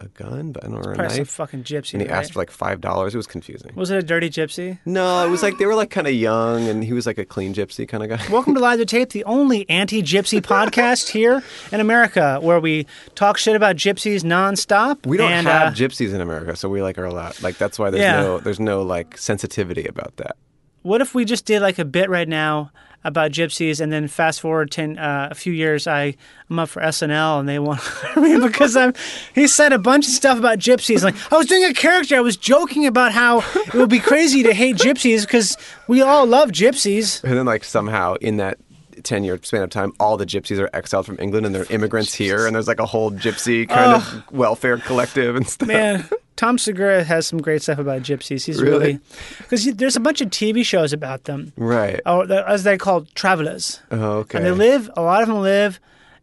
a gun, but I don't know, or a
Probably some
knife.
fucking gypsy.
and he
right?
asked for like five dollars. It was confusing.
Was it a dirty gypsy?
No, it was like they were like kind of young, and he was like a clean gypsy kind of guy.
Welcome to Live the Tape, the only anti-gypsy podcast here in America, where we talk shit about gypsies nonstop.
We don't
and,
have
uh,
gypsies in America, so we like are allowed. Like that's why there's
Yeah.
no there's no like sensitivity about that.
what if we just did like a bit right now about gypsies and then fast forward 10 uh, a few years i i'm up for snl and they want I mean, because i'm he said a bunch of stuff about gypsies like i was doing a character i was joking about how it would be crazy to hate gypsies because we all love gypsies
And then like somehow in that. 10 year span of time, all the gypsies are exiled from England and they're immigrants here, and there's like a whole gypsy kind of welfare collective and stuff.
man tom segura has some great stuff about gypsies he's really
Really?
because there's a bunch of tv shows about them
Right.
or the- as they call travelers
Oh,
Oh.
okay.
and they live a lot of them live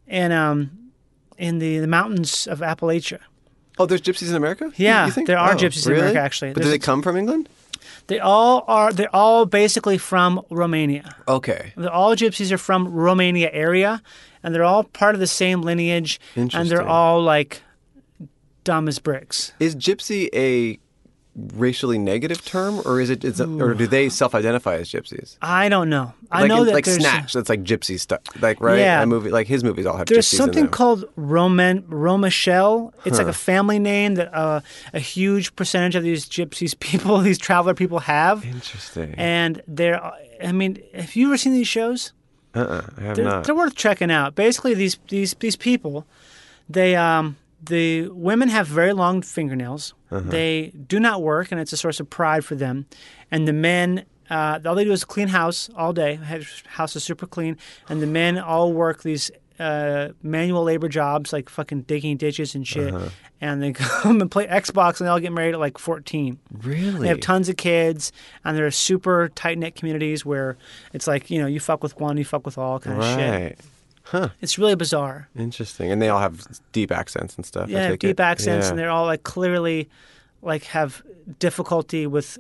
in um in the, the mountains of appalachia
oh, there's gypsies in America? You-
Yeah,
you think?
there are
Oh,
gypsies in
really?
America, actually.
But do
There's
they
a-
come from England?
They all are. They're all basically from Romania.
Okay.
They're all gypsies are from Romania area, and they're all part of the same lineage. And
Interesting.
they're all like dumb as bricks.
Is gypsy a racially negative term, or is it, is it or do they self identify as gypsies?
I don't know. I
like
know
in-
that
like
there's
Snatch. That's like gypsy stuff. Like right,
Yeah.
That movie. Like his movies all have.
There's
gypsies in
something
them.
called Roman Romichelle. It's like a family name that uh, a huge percentage of these gypsies people, these traveler people, have.
Interesting.
And they're. I mean, have you ever seen these shows?
Uh-uh, I have
they're,
not.
they're worth checking out. Basically, these these these people, they um the women have very long fingernails.
Uh-huh.
They do not work, and it's a source of pride for them. And the men. Uh, all they do is clean house all day. His House is super clean, and the men all work these uh, manual labor jobs, like fucking digging ditches and shit.
Uh-huh.
And they come and play Xbox, and they all get married at like fourteen.
really?
They have tons of kids, and they're super tight knit communities where it's like you know you fuck with one, you fuck with all kind of shit.
Right.
It's really bizarre.
Interesting. And they all have deep accents and stuff. I
Yeah, they have
take
deep
it.
accents,
Yeah.
and they're all like clearly like have difficulty with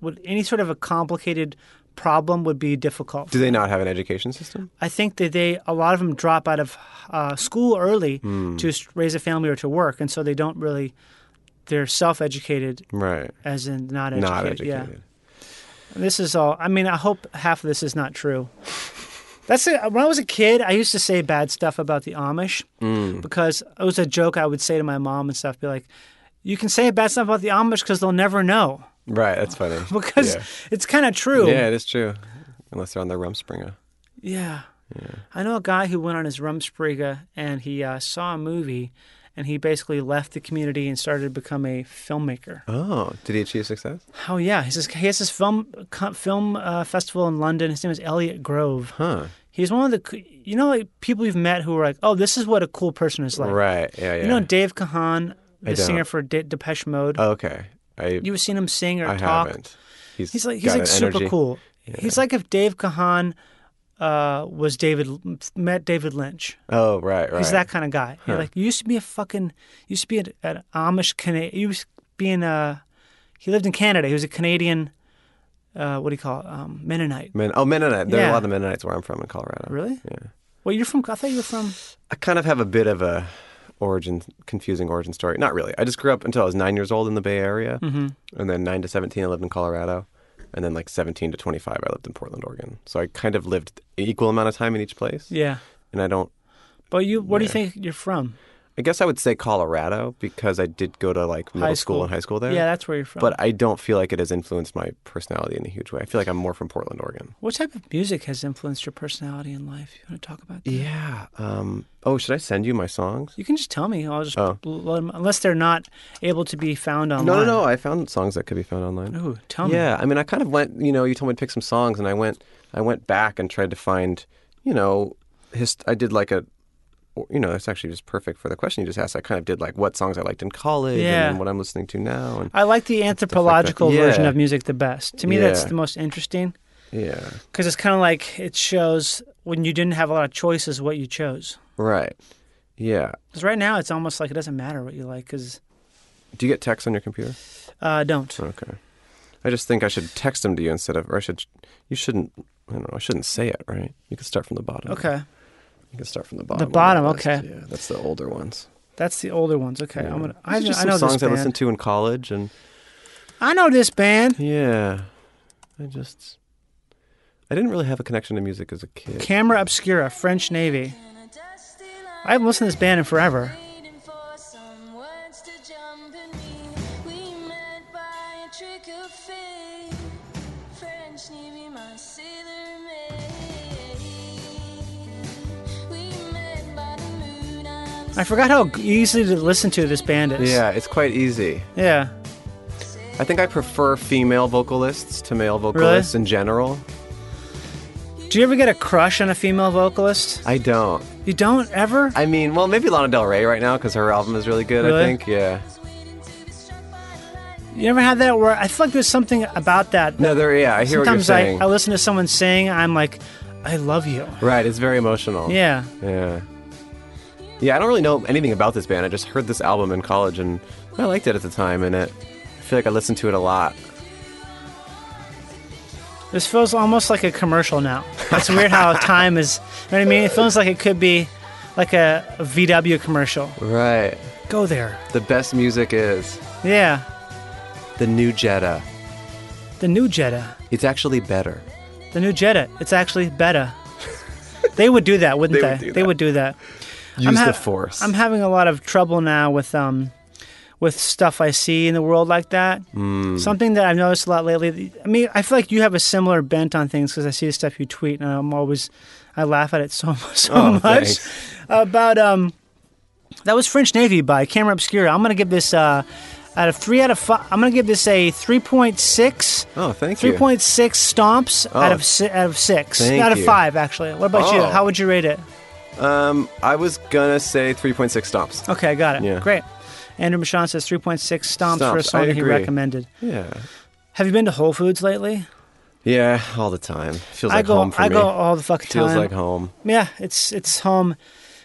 with any sort of a complicated problem would be difficult.
Do they not have an education system?
I think that they a lot of them drop out of uh, school early
Hmm.
to s- raise a family or to work, and so they don't really they're self-educated
Right.
as in not educated.
Not
Yeah.
educated.
This is all. I mean, I hope half of this is not true. That's it. When I was a kid, I used to say bad stuff about the Amish
Mm.
because it was a joke I would say to my mom and stuff. Be like, "You can say bad stuff about the Amish because they'll never know."
Right. That's funny.
Because
yeah.
it's kind of true.
Yeah, it is true. Unless they're on their Rumspringa.
Yeah. I know a guy who went on his Rumspringa and he uh, saw a movie, and he basically left the community and started to become a filmmaker.
Oh, did he achieve success?
Oh yeah, he's this, he has this film co- film uh, festival in London. His name is Elliot Grove.
Huh.
He's one of the co- you know like people you've met who are like, oh, this is what a cool person is like.
Right. Yeah. Yeah.
You know Dave Kahan, the
don't.
singer for De- Depeche Mode.
okay. I
You've seen him sing or
I
talk.
haven't.
He's like
got
he's like
an
super
energy.
cool. He's like if Dave Kahan uh, was David met David Lynch.
Oh right. Right.
He's that kind of guy. You're like you used to be a fucking used to be an, an Amish Canadian. He was being a he lived in Canada. He was a Canadian. Uh, what do you call it? Um, Mennonite.
Men, oh, Mennonite. There are a
Yeah.
lot of Mennonites where I'm from in Colorado.
Really?
Yeah.
Well, you're from. I thought you were from.
I kind of have a bit of a origin, confusing origin story. Not really. I just grew up until I was nine years old in the Bay Area,
Mm-hmm.
and then nine to seventeen, I lived in Colorado, and then like seventeen to twenty-five, I lived in Portland, Oregon. So I kind of lived an equal amount of time in each place.
Yeah.
And I don't.
But you, where do you think you're from?
I guess I would say Colorado because I did go to like middle
High
school.
school.
and high school there.
Yeah, that's where you're from.
But I don't feel like it has influenced my personality in a huge way. I feel like I'm more from Portland, Oregon.
what type of music has influenced your personality in life? You want to talk about that?
Yeah. Um, oh, should I send you my songs?
You can just tell me. I'll just
Oh.
let 'em- unless they're not able to be found online.
No, no, no. I found songs that could be found online.
Ooh, Oh, tell me.
Yeah, I mean, I kind of went. You know, you told me to pick some songs, and I went. I went back and tried to find. You know, his. I did like a. You know, it's actually just perfect for the question you just asked. I kind of did like what songs I liked in college,
Yeah.
and then what I'm listening to now, and
I like the anthropological
Yeah.
version of music the best. To me, that's
Yeah.
the most interesting
yeah,
because it's kind of like it shows when you didn't have a lot of choices what you chose.
right, yeah.
Because right now, it's almost like it doesn't matter what you like. Because
Do you get texts on your computer?
uh, don't.
Okay, I just think I should text them to you instead of, or I should. You shouldn't. I don't know. I shouldn't say it, right? You can start from the bottom.
Okay,
you can start from the bottom. on
bottom,
list.
okay.
Yeah, that's the older ones.
that's the older ones. Okay, I'm gonna. I,
These
kn-
are just
I know
some
this
songs I
band.
listened to in college, and
I know this band.
Yeah. I just I didn't really have a connection to music as a kid.
Camera Obscura, French Navy. I haven't listened to this band in forever.
Waiting for some words to jump in me. We met by a trick of fate. French Navy, my sailor maid. We met by the moon. I'm
I forgot how easy to listen to this band is.
yeah, it's quite easy.
Yeah.
I think I prefer female vocalists to male vocalists in general.
Do you ever get a crush on a female vocalist?
I don't.
You don't ever?
I mean, well, maybe Lana Del Rey right now because her album is really good.
Really?
I think. Yeah.
You never had that where I feel like there's something about that.
No, there. Yeah, I hear
Sometimes
what you're
I,
saying.
I listen to someone sing, I'm like, I love you.
right, it's very emotional.
Yeah.
Yeah. Yeah, I don't really know anything about this band. I just heard this album in college and I liked it at the time, and it. I feel like I listened to it a lot.
This feels almost like a commercial now. It's weird how time is. You know what I mean? It feels like it could be like a, a VW commercial.
Right.
Go there.
The best music is
Yeah.
the new Jetta.
The new Jetta.
It's actually better.
The new Jetta. It's actually better. they would do that, wouldn't
They
they?
would do
They
that.
would do that.
Use
ha-
the force.
I'm having a lot of trouble now with um with stuff I see in the world like that.
Hmm.
Mm. Something that I've noticed a lot lately. I mean, I feel like you have a similar bent on things because I see the stuff you tweet, and I'm always I laugh at it so so
Oh,
much
thanks.
about um that was French Navy by Camera Obscura. I'm gonna give this uh out of three out of five. I'm gonna give this a three point six.
Oh, thank you.
Three point six stomps out
Oh.
of si- out of six,
Thank
out of
you.
five actually. What about you?
Oh.
How would you rate it?
Um, I was gonna say 3.6 stomps.
Okay, I got it.
Yeah.
Great. Andrew Michon says 3.6 stomps, for a
Stomps, I
song he
agree.
recommended.
Yeah.
Have you been to Whole Foods lately?
Yeah, all the time. Feels
I
like
go,
home for
I
me.
go all the fucking
Feels
time.
like home.
Yeah, it's it's home,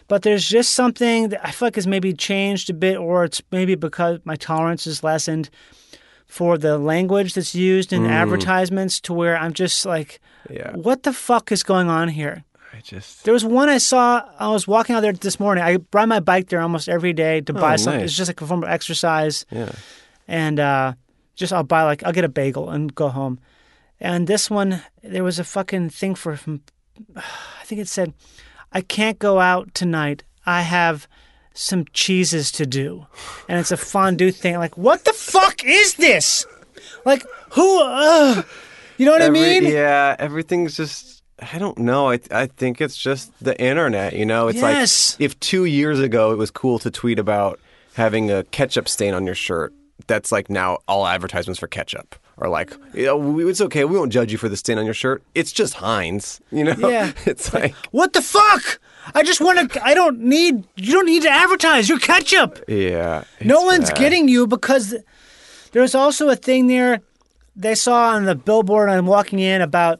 but there's just something that I feel like has maybe changed a bit, or it's maybe because my tolerance is lessened for the language that's used in advertisements to where I'm just like,
Yeah.
what the fuck is going on here?
I just.
There was one I saw. I was walking out there this morning. I ride my bike there almost every day to buy something.
Oh, nice.
It's just like a form of exercise,
Yeah.
and uh, just I'll buy like I'll get a bagel and go home. And this one, there was a fucking thing for. From, I think it said, "I can't go out tonight. I have some cheeses to do," and it's a fondue thing. Like, what the fuck is this? Like, who? Uh, you know what
Every-
I mean?
yeah, everything's just. I don't know. I I think it's just the internet. You know, it's
Yes.
like if two years ago it was cool to tweet about having a ketchup stain on your shirt. That's like now all advertisements for ketchup are like, you know, we- it's okay. We won't judge you for the stain on your shirt. It's just Heinz. You know,
Yeah.
it's like
What the fuck? I just want to. I don't need. You don't need to advertise your ketchup.
yeah.
no
it's
one's
bad.
getting you because there's also a thing there they saw on the billboard I'm walking in about.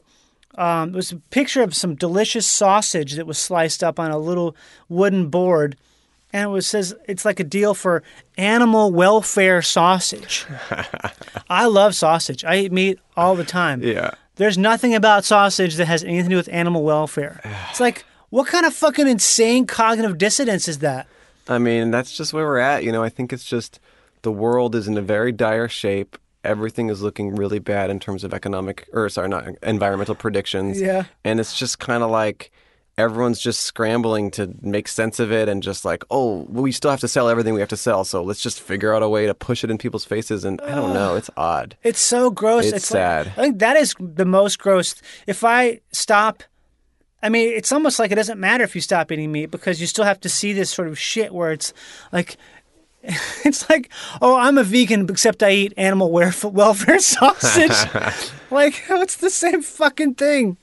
Um, it was a picture of some delicious sausage that was sliced up on a little wooden board, and it was says it's like a deal for animal welfare sausage. I love sausage. I eat meat all the time.
Yeah.
There's nothing about sausage that has anything to do with animal welfare. it's like, what kind of fucking insane cognitive dissonance is that?
I mean, that's just where we're at. You know, I think it's just the world is in a very dire shape. Everything is looking really bad in terms of economic, or sorry, not environmental predictions.
Yeah.
And it's just kind of like everyone's just scrambling to make sense of it and just like, oh, we still have to sell everything we have to sell. So let's just figure out a way to push it in people's faces. And I don't know. It's odd.
It's so gross.
It's
like-
sad.
I think that is the most gross. If I stop, I mean, it's almost like it doesn't matter if you stop eating meat because you still have to see this sort of shit where it's like, it's like, oh, I'm a vegan except I eat animal welfare, welfare sausage. like, it's the same fucking thing.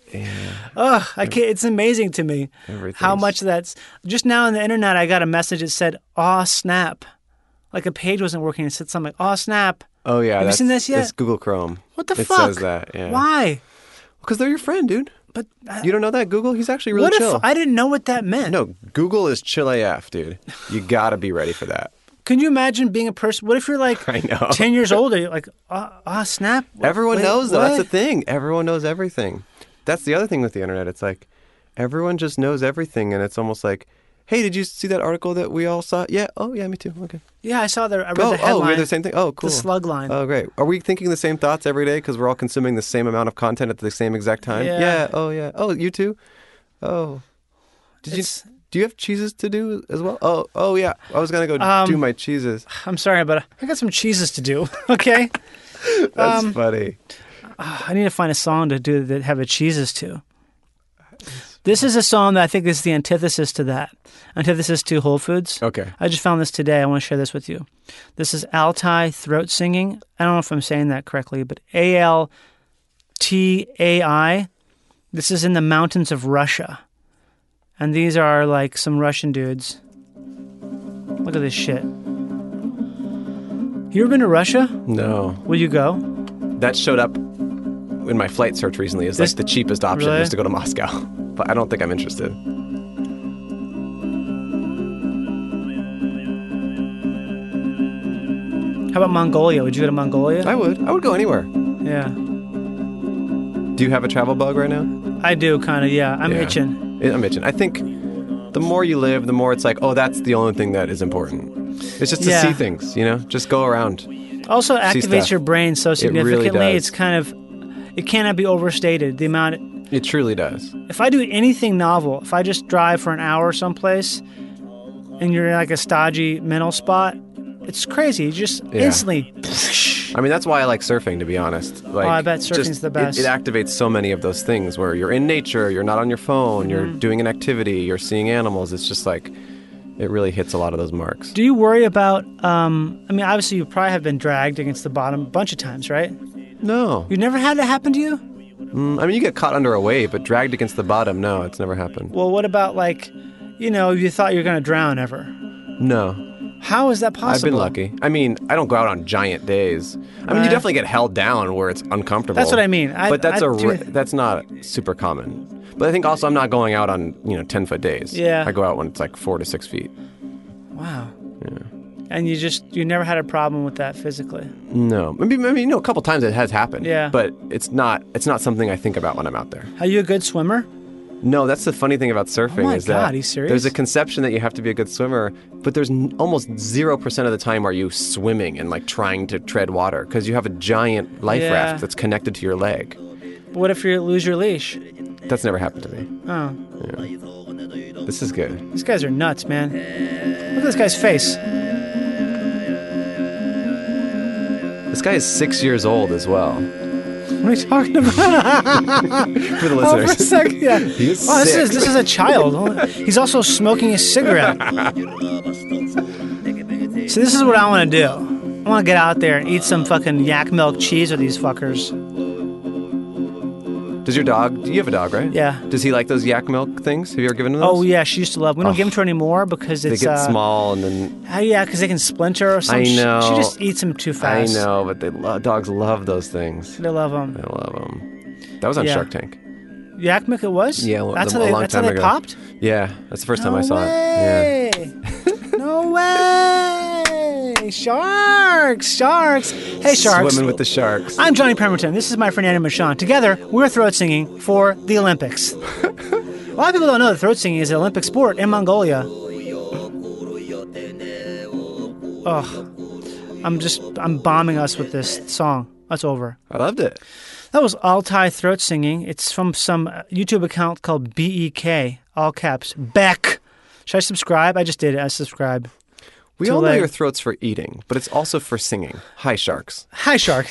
Ugh, I can't, it's amazing to me how
Everything's-
much that's just now on the internet. I got a message that said, "Aw, snap!" Like a page wasn't working. It said something like, "Aw, snap."
Oh, yeah.
Have you
that's-
seen this yet?
It's Google Chrome.
What the
it
fuck?
It says that. Yeah.
Why?
Because they're your friend, dude.
But uh,
You don't know that, Google? He's actually really
what
chill.
if I didn't know what that meant?
No, Google is chill AF, dude. You gotta be ready for that.
Can you imagine being a person? What if you're like
I know.
ten years older? You're like, ah, ah, snap. Wh-
Everyone
wait,
knows though. That's the
what?
thing. Everyone knows everything. That's the other thing with the internet. It's like everyone just knows everything, and it's almost like, hey, did you see that article that we all saw? Yeah. Oh, yeah, me too. Okay.
Yeah, I saw the. I read
Oh,
the
oh,
headline.
we're the same thing. Oh, cool.
slug line.
Oh, great. Are we thinking the same thoughts every day because we're all consuming the same amount of content at the same exact time?
Yeah.
Oh, yeah. Oh, you too. Oh. Did
It's-
you? Do you have cheeses to do as well? Oh, oh yeah. I was gonna go
Um,
do my cheeses.
I'm sorry, but I got some cheeses to do. Okay,
That's
um,
funny.
I need to find a song to do that have a cheeses to. This is a song that I think is the antithesis to that. Antithesis to Whole Foods.
Okay.
I just found this today. I want to share this with you. This is Altai throat singing. I don't know if I'm saying that correctly, but A L T A I. This is in the mountains of Russia. And these are like some Russian dudes. Look at this shit. You ever been to Russia?
No.
Will you go?
that showed up in my flight search recently as
This-
like the cheapest option
Really?
is to go to Moscow. But I don't think I'm interested.
How about Mongolia? Would you go to Mongolia?
I would. I would go anywhere.
Yeah.
Do you have a travel bug right now?
I do, kind of, yeah. I'm
Yeah.
itching.
I- I'm itching. I think the more you live, the more it's like, oh, that's the only thing that is important. It's just to
Yeah.
see things, you know? Just go around.
Also activates
stuff.
your brain so
really
significantly,
does.
it's kind of, it cannot be overstated. The amount
It truly does.
if I do anything novel, if I just drive for an hour someplace and you're in like a stodgy mental spot, it's crazy. You just instantly.
I mean, that's why I like surfing, to be honest. Like,
Oh, I bet
just-
surfing's the
it-
best.
It, activates so many of those things where you're in nature, you're not on your phone, you're
Mm-hmm.
doing an activity, you're seeing animals. It's just like, it really hits a lot of those marks.
Do you worry about? Um, I mean, obviously, you probably have been dragged against the bottom a bunch of times, right?
No. Mm,
You never had that happen to you.
I mean, you get caught under a wave, but dragged against the bottom. No, it's never happened.
Well, what about like, you know, you thought you were gonna drown ever?
No,
How is that possible?
I've been lucky. I mean, I don't go out on giant days. I mean,
Right.
you definitely get held down where it's uncomfortable.
That's what I mean. I-
but that's
I
a
do-
ra- that's not super common. But I think also I'm not going out on you know ten foot days.
Yeah.
I go out when it's like four to six feet.
Wow. and you just you never had a problem with that physically.
No, maybe maybe you know a couple times it has happened.
Yeah.
but it's not it's not something I think about when I'm out there.
Are you a good swimmer?
No, that's the funny thing about surfing
Oh my
is
God,
that
he's serious?
there's a conception that you have to be a good swimmer, but there's n- almost 0% of the time are you swimming and like trying to tread water because you have a giant life
Yeah.
raft that's connected to your leg.
What if you lose your leash?
That's never happened to me.
Oh,
This is good.
these guys are nuts, man. Look at this guy's face.
This guy is six years old as well.
What are you talking about?
For the
Oh, for a
listeners.
second. Yeah.
He's
Oh, this is
sick.
this is a child. Hold- He's also smoking a cigarette. so this is what I want to do. I want to get out there and eat some fucking yak milk cheese with these fuckers.
Does your dog, do you have a dog, right?
Yeah.
Does he like those yak milk things? Have you ever given him those?
Oh yeah, she used to love. We don't give them to her anymore because
They
it's
get
uh,
small and then,
Oh, yeah, because they can splinter or
I
something. She,
know.
just eats them too fast.
I know, but they lo- dogs love those things.
They love them.
They love them. That was on
Yeah.
Shark Tank.
Yak milk it was.
Yeah, well,
that's
the-
how they,
a long
that's
time
how they
ago.
popped.
Yeah, that's the first time
no
I saw it.
way. no way. Sharks, sharks. Hey,
Yeah.
sharks.
Swimming with the sharks.
I'm Johnny Pemberton. This is my friend Anna Michon. Together, we're throat singing for the Olympics. a lot of people don't know that throat singing is an Olympic sport in Mongolia. Ugh. I'm just, I'm bombing us with this song. That's over.
I loved it.
That was Altai throat singing. It's from some uh, YouTube account called BEK, all caps. Beck. Should I subscribe? I just did it. I subscribe.
We
to
all know
like-
your throat's for eating, but it's also for singing. Hi, sharks.
Hi, shark.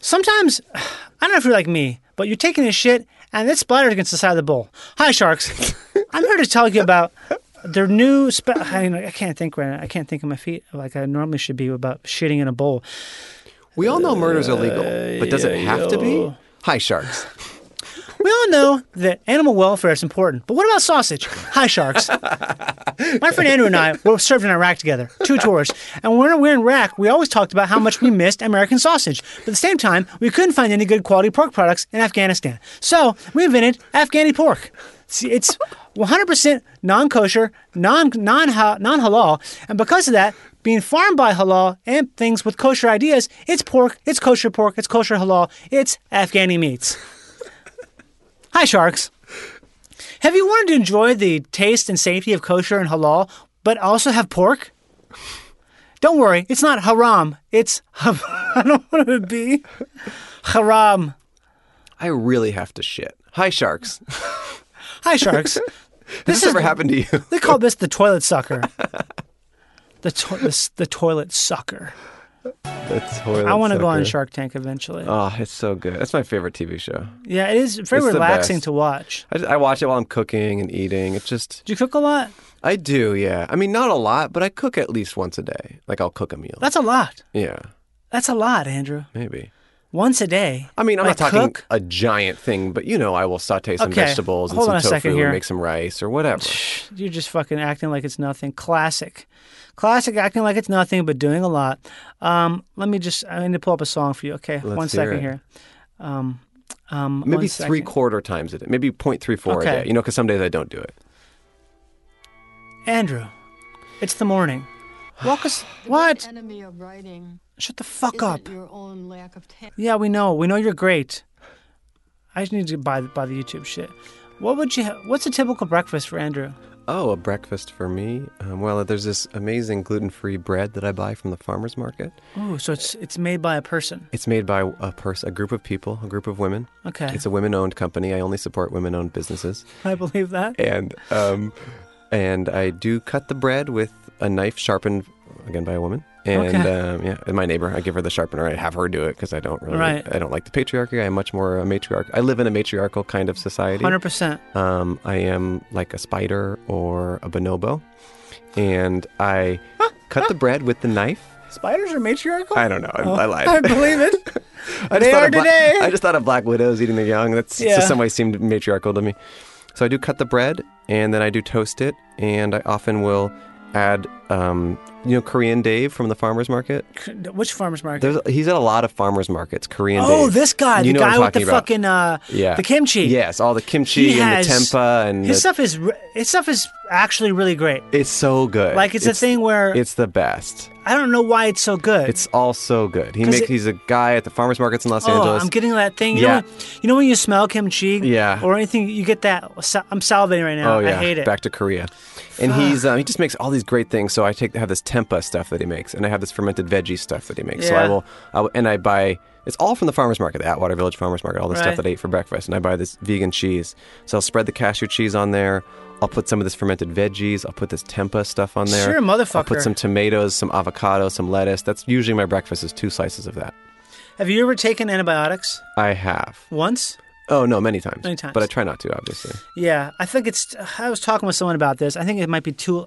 Sometimes, I don't know if you're like me, but you're taking a shit and it splatters against the side of the bowl. Hi, sharks. I'm here to tell you about their new. Spe- I, mean, I can't think right. now. I can't think of my feet like I normally should be about shitting in a bowl.
We all know murder's
Uh,
illegal, but does it have to be? Hi, sharks.
We all know that animal welfare is important, but what about sausage? Hi, sharks. My friend Andrew and I were served in Iraq together, two tours. And when we were in Iraq, we always talked about how much we missed American sausage. But at the same time, we couldn't find any good quality pork products in Afghanistan. So we invented Afghani pork. See, it's 100% non kosher, non non non halal. And because of that, being farmed by halal and things with kosher ideas, it's pork, it's kosher pork, it's kosher halal, it's Afghani meats. Hi, sharks. Have you wanted to enjoy the taste and safety of kosher and halal, but also have pork? Don't worry, it's not haram. It's I don't want to be haram.
I really have to shit. Hi, sharks.
Hi, sharks.
Has this ever happened to you?
They call this the toilet sucker. The, to- the, s- the toilet sucker.
That's toilet
I want to go on
sucker.
Shark Tank eventually.
Oh, it's so good. That's my favorite TV show.
yeah, it is very
it's the
relaxing
best.
to watch.
I, just, I watch it while I'm cooking and eating. It's just,
Do you cook a lot?
I do, yeah. I mean, not a lot, but I cook at least once a day. Like, I'll cook a meal.
That's a lot.
yeah,
That's a lot, Andrew.
maybe.
Once a day.
I mean, I'm
Like
not talking
cook?
a giant thing, but you know, I will saute some
Okay,
vegetables and
hold on
some
a second
tofu
here.
and make some rice or whatever.
You're just fucking acting like it's nothing. Classic. Classic acting like it's nothing, but doing a lot. Um, let me just, I need to pull up a song for you. Okay,
Let's
one
hear
second
it.
here. Um, um,
Maybe
one
three
second.
quarter times a day. Maybe 0.34
Okay.
a day. You know, because some days I don't do it.
Andrew, it's the morning. Walk us, what?
enemy of writing
Shut the fuck
isn't
up.
your own lack of talent.
Yeah, we know. We know you're great. I just need to buy, buy the YouTube shit. What would you, ha- what's a typical breakfast for Andrew?
Oh, a breakfast for me. Um, well, there's this amazing gluten-free bread that I buy from the farmers market.
Ooh, so it's it's made by a person.
It's made by a person, a group of people, a group of women.
Okay.
It's a women-owned company. I only support women-owned businesses,
I believe that.
and um, and I do cut the bread with a knife sharpened again by a woman. And
Okay.
um, yeah, and my neighbor, I give her the sharpener. I have her do it because I don't really,
Right.
I don't like the patriarchy. I'm much more a matriarch. I live in a matriarchal kind of society.
100%.
Um, I am like a spider or a bonobo, and I cut the bread with the knife.
Spiders are matriarchal?
I don't know. I, I lied.
Oh. I believe it.
I just
they
thought
are
of bla-
today.
I just thought of black widows eating their young. That's
Yeah.
just some way seemed matriarchal to me. So I do cut the bread, and then I do toast it, and I often will add um, You know Korean Dave from the farmers market.
Which farmer's market?
There's he's at a lot of farmers markets. Korean.
oh,
Dave.
this guy,
You
the
know what I'm
guy with the
talking about.
fucking uh,
yeah
the kimchi.
Yes, all the kimchi
He
and
has-
the tempa and
his
the-
stuff is re- his stuff is actually really great.
It's so good.
Like, it's a thing where-
it's the best.
I don't know why it's so good.
It's all so good. He
'Cause
makes.
it-
he's a guy at the farmers markets in Los
oh,
Angeles.
I'm getting that thing. You
Yeah.
know, when- you know when you smell kimchi,
Yeah.
or anything, you get that. sa- I'm salivating right now.
Oh yeah,
I hate it.
back to Korea, and he's um, he just makes all these great things. So I take have this tempa stuff that he makes, and I have this fermented veggie stuff that he makes. So
Yeah.
I will, I will, and I buy it's all from the farmers market, the Atwater Village Farmers Market, all the
Right.
stuff that I eat for breakfast, and I buy this vegan cheese. So I'll spread the cashew cheese on there. I'll put some of this fermented veggies. I'll put this tempa stuff on there.
Sure,
I'll
motherfucker.
put some tomatoes, some avocado, some lettuce. That's usually my breakfast is two slices of that.
Have you ever taken antibiotics?
I have.
Once?
Oh no, many times.
Many times.
But I try not to, obviously.
Yeah, I think it's. I was talking with someone about this. I think it might be too.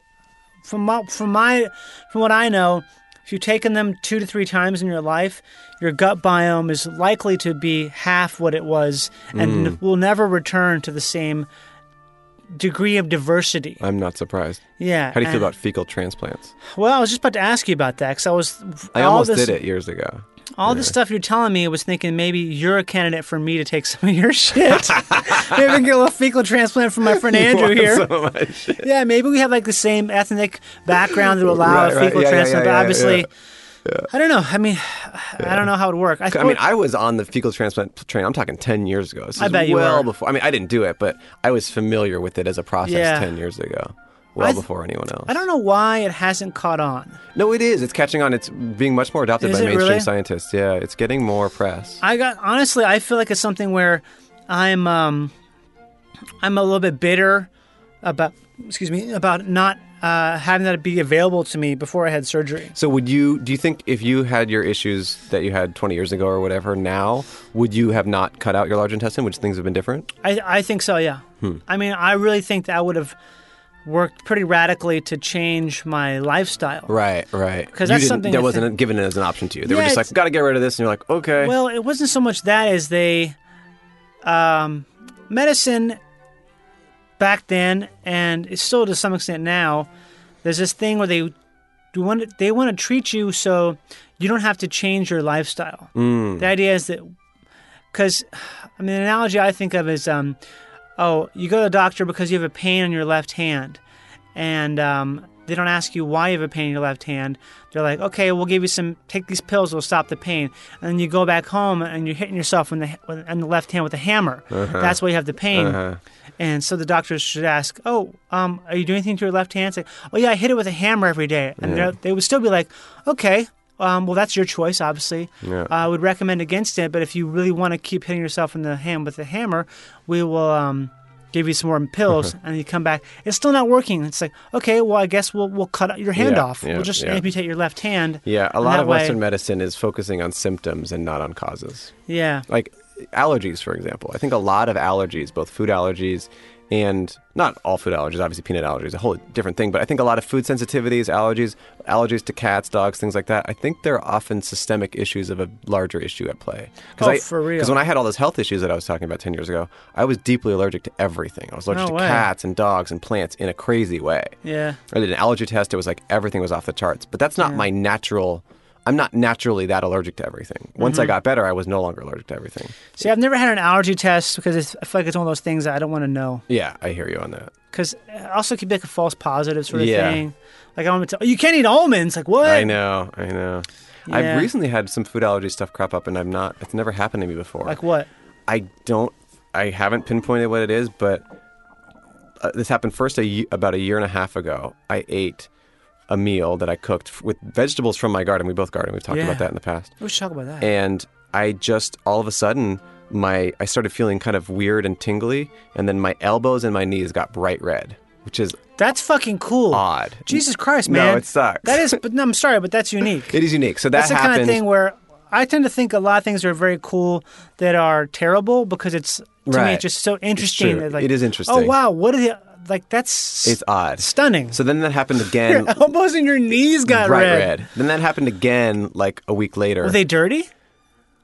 From my, from my, from what I know, if you've taken them two to three times in your life, your gut biome is likely to be half what it was, and
Mm.
will never return to the same degree of diversity.
I'm not surprised.
Yeah. eh.
How do you feel
and-
about fecal transplants?
Well, I was just about to ask you about that because I was.
I
all
almost
this,
did it years ago.
All this stuff you're telling me, I was thinking maybe you're a candidate for me to take some of your shit. maybe I can get a little fecal transplant from my friend Andrew here. Yeah, maybe we have like the same ethnic background that would allow
Right,
a
right.
fecal
Yeah, yeah,
transplant.
yeah, yeah,
but obviously, I don't know. I mean, I don't know how it would work.
I
thought-
mean, I was on the fecal transplant train. I'm talking 10 years ago. This
I
is
bet you
well
were.
before. I mean, I didn't do it, but I was familiar with it as a process
Yeah.
10 years ago. Well
I-
before anyone else.
I don't know why it hasn't caught on.
No, it is. It's catching on. It's being much more adopted
Is
by
it
mainstream
really?
scientists. Yeah, it's getting more press.
I got honestly, I feel like it's something where I'm um I'm a little bit bitter about excuse me about not uh, having that be available to me before I had surgery.
So would you do you think if you had your issues that you had 20 years ago or whatever now, would you have not cut out your large intestine? Would things have been different?
I I think so, yeah.
Hmm.
I mean, I really think that would have worked pretty radically to change my lifestyle.
Right, right.
'Cause
You
that's
didn't-
something I
that wasn't
think-
given as an option to you. They
Yeah,
were just
it's-
like, got to get rid of this, and you're like, okay.
Well, it wasn't so much that as they, um, medicine back then, and it's still to some extent now. There's this thing where they do want to, they want to treat you so you don't have to change your lifestyle. The idea is that because I mean, the analogy I think of is, um, oh, you go to the doctor because you have a pain in your left hand, and um, they don't ask you why you have a pain in your left hand. They're like, okay, we'll give you some, take these pills, it'll stop the pain. And then you go back home and you're hitting yourself in the in the left hand with a hammer. That's why you have the pain. And so the doctors should ask, oh, um, are you doing anything to your left hand? It's like, oh yeah, I hit it with a hammer every day, and they're they would still be like, okay. Um, well, that's your choice, obviously. I would recommend against it, but if you really want to keep hitting yourself in the hand with a hammer, we will um, give you some more pills, and you come back. It's still not working. It's like, okay, well, I guess we'll we'll cut your hand
Yeah,
off.
yeah,
we'll just
yeah.
amputate your left hand.
Yeah, a
and
lot
that
of
way-
Western medicine is focusing on symptoms and not on causes.
Yeah,
Like allergies, for example. I think a lot of allergies, both food allergies and not all food allergies, obviously peanut allergies, a whole different thing, but I think a lot of food sensitivities, allergies, allergies to cats, dogs, things like that, I think they're often systemic issues of a larger issue at play.
Oh,
I,
for real.
Because when I had all those health issues that I was talking about 10 years ago, I was deeply allergic to everything. I was allergic
No
to
way.
cats and dogs and plants in a crazy way.
yeah.
I did an allergy test. It was like everything was off the charts. But that's not my natural. I'm not naturally that allergic to everything. Once I got better, I was no longer allergic to everything.
See, I've never had an allergy test because it's, I feel like it's one of those things that I don't want to know.
Yeah, I hear you on that.
because it also could be like a false positive sort of
Yeah.
thing. Like I want to tell you can't eat almonds. Like what?
I know, I know.
Yeah.
I've recently had some food allergy stuff crop up, and I'm not. It's never happened to me before.
Like what?
I don't. I haven't pinpointed what it is, but uh, this happened first a ye- about a year and a half ago. I ate a meal that I cooked f- with vegetables from my garden. We both garden. We've talked
Yeah.
about that in the past.
We should talk about that.
and I just all of a sudden my I started feeling kind of weird and tingly, and then my elbows and my knees got bright red, which is
that's fucking cool.
odd.
Jesus Christ,
No,
man.
it sucks.
That is, but no, I'm sorry, but that's unique.
it is unique. So that
that's the
happened.
kind of thing where I tend to think a lot of things are very cool that are terrible because it's to me
Right.
it's just so interesting.
true.
that, like,
It is
Oh
interesting.
wow, what are the like? That's
it's odd.
stunning.
So then that happened again.
Elbows and your knees got
bright
red.
red. Then that happened again like a week later.
Were they dirty?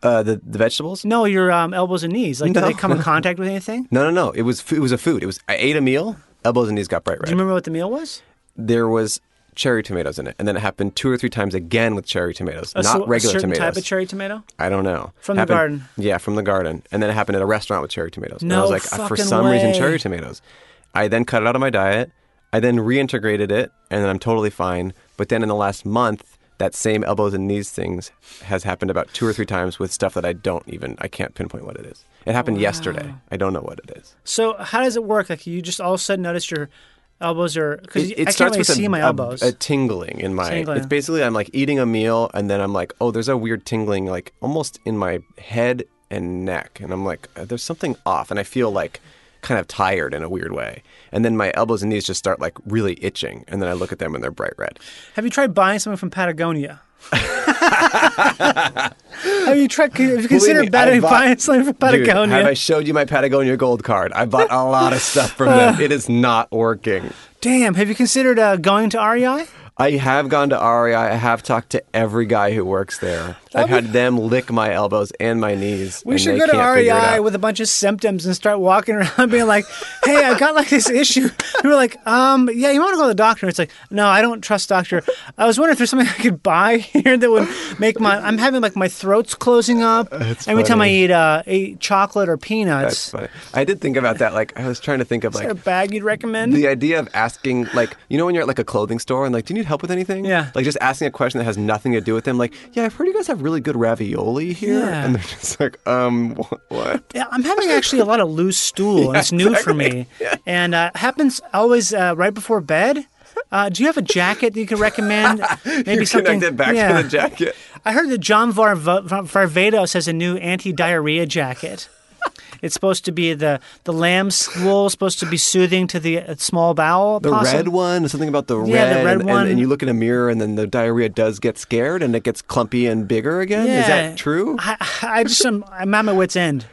uh, the the vegetables?
No, your um, elbows and knees. Like,
No.
did they come in contact with anything?
No, no, no. It was fu- it was a food. It was I ate a meal. Elbows and knees got bright
Do
red.
you remember what the meal was?
there was cherry tomatoes in it, and then it happened two or three times again with cherry tomatoes,
A
not
so- a
regular
certain
tomatoes.
type of cherry tomato.
I don't know.
From the
Happened-
garden.
Yeah, from the garden. And then it happened at a restaurant with cherry tomatoes. and I
No
was like, "Ah, for
fucking
some reason,
way.
cherry tomatoes. I then cut it out of my diet. I then reintegrated it, and then I'm totally fine. But then in the last month, that same elbows and knees things has happened about two or three times with stuff that I don't even, I can't pinpoint what it is. It happened yesterday. I don't know what it is.
So how does it work? Like you just all of a sudden notice your elbows are because
It,
I
it
can't
starts
really
with a,
see my
a-
elbows.
A, tingling in my.
Tingling.
It's basically I'm like eating a meal and then I'm like, oh, there's a weird tingling like almost in my head and neck, and I'm like, uh, there's something off, and I feel like kind of tired in a weird way, and then my elbows and knees just start like really itching, and then I look at them and they're bright red.
Have you tried buying something from Patagonia? have you tried? Have you
Believe
considered
me, I
buying,
bought-
buying something from
Dude,
Patagonia?
have I showed you my Patagonia gold card? I bought a lot of stuff from them. It is not working.
Damn, have you considered uh, going to REI?
I have gone to REI. I have talked to every guy who works there. I've had them lick my elbows and my knees.
We
and
should
they
go to
can't figure it
REI
out.
with a bunch of symptoms and start walking around being like, "Hey, I got like this issue." And we're like, "Um, yeah, you want to go to the doctor?" It's like, "No, I don't trust doctor. I was wondering if there's something I could buy here that would make my I'm having like my throat's closing up every time I
funny.
eat uh eat chocolate or
That's
peanuts."
funny. I did think about that. Like I was trying to think of
Is there a
like
bag you'd recommend?
the idea of asking like you know when you're at like a clothing store and like do you need help with anything?
Yeah.
Like just asking a question that has nothing to do with them. Like yeah, I've heard you guys have really good ravioli here,
Yeah.
and they're just like um wh- what?
Yeah, I'm having actually a lot of loose stool. and it's new for me, and uh, happens always uh, right before bed. Uh, do you have a jacket that you can recommend? Maybe
you connect it back
yeah.
to the jacket.
I heard that John Var- Va- Va- Varvatos has a new anti-diarrhea jacket. It's supposed to be the the lamb's wool, supposed to be soothing to the uh, small bowel.
The
possum.
red one, something about the
Yeah, the
red,
red
and, and-
one.
and you look in a mirror, and then the diarrhea does get scared, and it gets clumpy and bigger again. Is
Yeah.
that true?
I, I just am, I'm at my wit's end.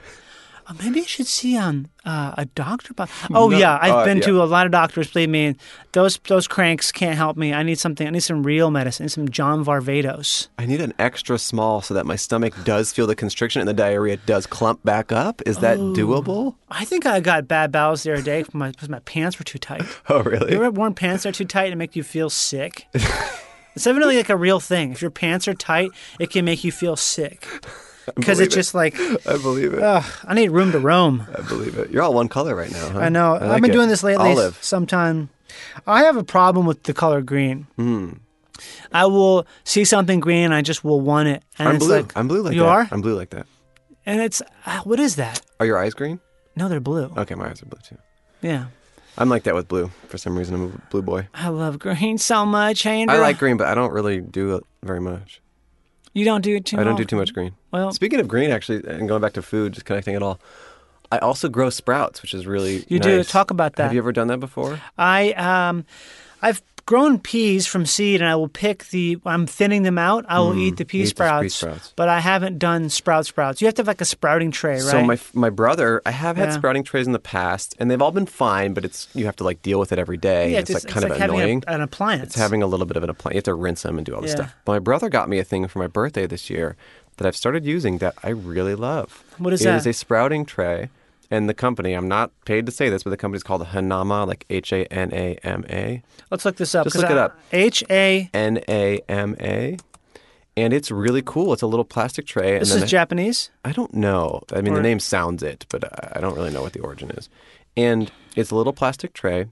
Uh, maybe I should see um, uh, a doctor. But oh yeah, I've
uh,
been
yeah.
to a lot of doctors. Believe me, those those cranks can't help me. I need something. I need some real medicine. I need some John Varvatos.
I need an extra small so that my stomach does feel the constriction and the diarrhea does clump back up. Is that
Oh.
doable?
I think I got bad bowels the other day because my, 'cause my pants were too tight.
Oh, really?
You ever worn pants that are too tight and make you feel sick? it's definitely like a real thing. If your pants are tight, it can make you feel sick because
Believe
it's
it.
just like
I believe it.
ugh, I need room to roam.
I believe it. You're all one color right now. Huh?
I know. I have
like
been
it.
doing this lately.
Olive.
Sometime, I have a problem with the color green.
Hmm.
I will see something green and I just will want it. And
I'm
it's
blue.
Like,
I'm blue like
you
that.
are.
I'm blue like that.
and it's uh, what is that?
Are your eyes green?
No, they're blue.
Okay, my eyes are blue too.
Yeah,
I'm like that with blue. For some reason, I'm a blue boy.
I love green so much, Andrew.
I like green, but I don't really do it very much.
You don't do it too.
I don't do
often.
too much green.
Well-
speaking of green, actually, and going back to food, just connecting it all. I also grow sprouts, which is really
You do.
nice.
Talk about that.
Have you ever done that before?
I um, I've grown peas from seed, and I will pick the. I'm thinning them out. I will eat the pea
Hmm. eat the pea
sprouts,
sprouts.
but I haven't done sprout sprouts. You have to have like a sprouting tray, right?
So my my brother, I have had
Yeah.
sprouting trays in the past, and they've all been fine, but it's you have to like deal with it every day.
yeah,
and it's, like kind of
having a-
annoying.
an appliance.
it's having a little bit of an appliance. You have to rinse them and do all this
Yeah.
stuff. My brother got me a thing for my birthday this year that I've started using that I really love.
What is
It
that?
is a sprouting tray, and the company I'm not paid to say this, but the company's called Hanama, like H A N A M A.
Let's look this up.
Just
'cause
look it
I-
up.
H A.
N A M A. And it's really cool. It's a little plastic tray. and
This
then
is
it-
Japanese.
I don't know. I mean,
Or-
the name sounds it, but I- I don't really know what the origin is. And it's a little plastic tray.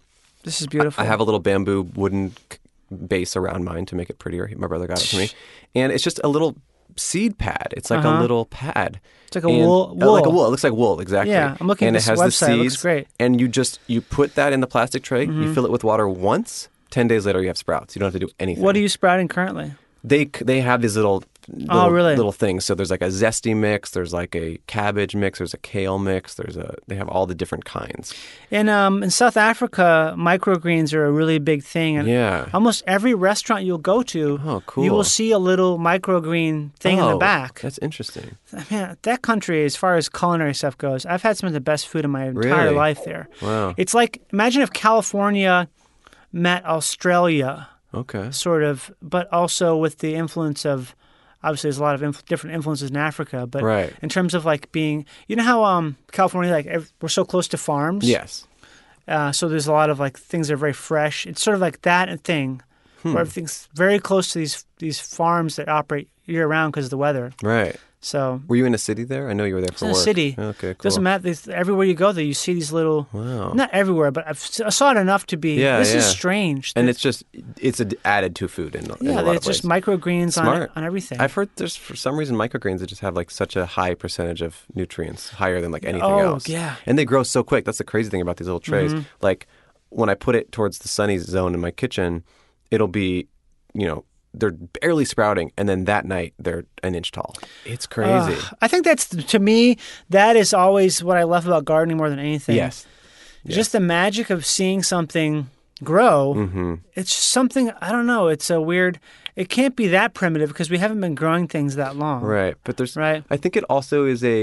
This is beautiful.
I have a little bamboo wooden c- base around mine to make it prettier. My brother got it for me, and it's just a little seed pad. It's like
Uh-huh.
a little pad. It's
like a wool-
like a
wool.
wool. It looks like wool, exactly.
Yeah, I'm looking at
and
this
it has
website.
The
It
seeds,
looks great. Mm-hmm.
And you just you put that in the plastic tray. You fill it with water once. Ten days later, you have sprouts. You don't have to do anything
What are you sprouting currently?
they c- they have these little little,
Oh, really?
little things. So there's like a zesty mix, there's like a cabbage mix, there's a kale mix, there's a they have all the different kinds.
In um in South Africa, microgreens are a really big thing, and
Yeah.
almost every restaurant you'll go to,
Oh,
you will
cool.
see a little microgreen thing in the
Oh,
back.
That's interesting.
Man, that country, as far as culinary stuff goes, I've had some of the best food in my entire
Really?
life there.
Wow.
It's like imagine if California met Australia,
Okay.
sort of, but also with the influence of obviously there's a lot of inf- different influences in Africa, but
Right.
in terms of like being, you know how um California like ev- we're so close to farms,
Yes.
Uh, so there's a lot of like things that are very fresh. It's sort of like that thing,
Hmm.
where everything's very close to these these farms that operate year round because of the weather.
Right.
So
Were you in a city there? I know you were there
it's
for
in a
work.
city.
Okay, cool.
Doesn't matter. These, everywhere you go, there you see these little.
Wow.
Not everywhere, but I've, si saw it enough to be.
Yeah,
this is
yeah.
strange.
and
That-
it's just it's ad- added to food in, in
yeah,
a lot
it's
of
just
ways.
microgreens on it,
Smart.
on everything.
I've heard there's for some reason microgreens that just have like such a high percentage of nutrients, higher than like anything
Oh,
else.
yeah. Mm-hmm.
And they grow so quick. That's the crazy thing about these little trays. Like when I put it towards the sunny zone in my kitchen, it'll be, you know, they're barely sprouting, and then that night they're an inch tall. It's crazy.
Ugh. I think that's to me that is always what I love about gardening more than anything.
yes.
just the magic of seeing something grow.
Mm-hmm.
It's just something I don't know. It's a weird. It can't be that primitive because we haven't been growing things that long.
Right. But there's
Right.
I think it also is a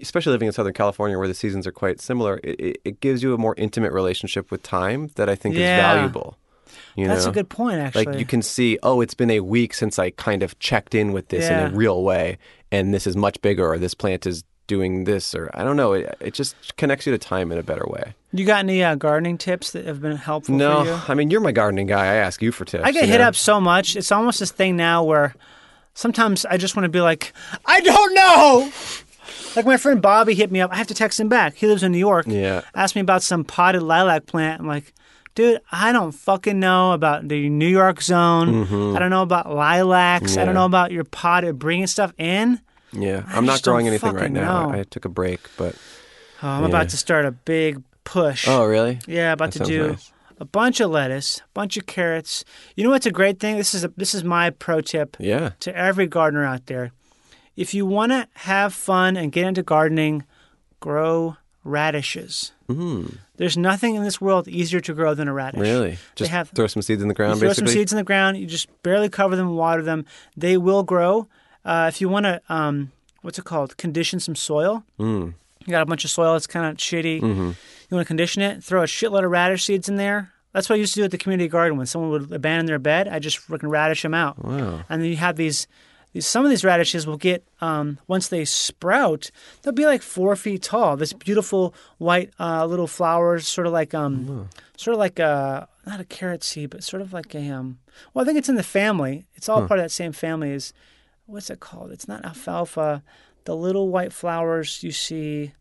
especially living in Southern California where the seasons are quite similar, it, it, it gives you a more intimate relationship with time that I think
Yeah.
is valuable. You
That's
know?
a good point. Actually,
Like you can see, oh, it's been a week since I kind of checked in with this in
Yeah.
a real way, and this is much bigger, or this plant is doing this, or I don't know. It, it just connects you to time in a better way.
You got any uh, gardening tips that have been helpful? for you?
No, I mean you're my gardening guy. I ask you for tips.
I get
you
hit
know?
up so much. It's almost this thing now where sometimes I just want to be like, I don't know. Like my friend Bobby hit me up. I have to text him back. He lives in New York.
Yeah.
Asked me about some potted lilac plant. I'm like, dude, I don't fucking know about the New York zone. I don't know about lilacs. I don't
Mm-hmm. Yeah.
know about your potted bringing stuff in.
Yeah,
I
I'm not
just don't
growing anything right
fucking
now.
know.
I, I took a break, but
Oh, I'm about to start a big push.
oh really?
Yeah, about to
That sounds
do
nice.
a bunch of lettuce, bunch of carrots. You know what's a great thing? This is a, this is my pro tip
Yeah.
to every gardener out there. If you want to have fun and get into gardening, grow radishes. There's nothing in this world easier to grow than a radish.
Really?
They
Just
have
throw some seeds in the ground,
you throw
basically.
some seeds in the ground. You just barely cover them, water them. They will grow. Uh, if you want to, um, what's it called? Condition some soil. Mm.
Hmm.
You got a bunch of soil that's kind of shitty.
Mm-hmm.
You want to condition it. Throw a shitload of radish seeds in there. That's what I used to do at the community garden. When someone would abandon their bed, I just freaking radish them out. Wow. And then you have these. these- Some of these radishes will get um, once they sprout, they'll be like four feet tall. This beautiful white uh, little flowers, sort of like um, sort of like a not a carrot seed, but sort of like a um. Well, I think it's in the family. It's all part of that same family. Is what's it called? It's not alfalfa. The little white flowers you see.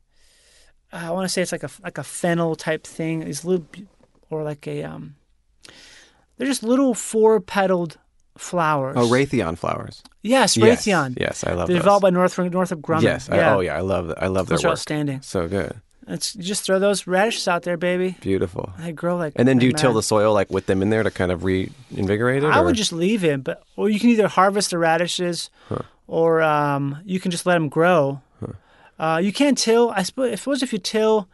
uh, I want to say it's like a like a fennel type thing. These little, bu- or like a um. They're just little four petaled flowers.
Oh, Raytheon flowers.
Yes,
Yes,
Raytheon.
yes, I love
They're
those.
developed by Northrop Northrop Grumman.
Yes. I- oh yeah, I love that. I love
Those
their
are
work.
outstanding.
So good,
It's, you just throw those radishes out there, baby.
beautiful.
They grow like.
And then do you till
mad.
the soil like with them in there to kind of reinvigorate it?
I
or-
would just leave it, but or you can either harvest the radishes, or um, you can just let them grow. Uh, you can till. I suppose, I suppose if you till,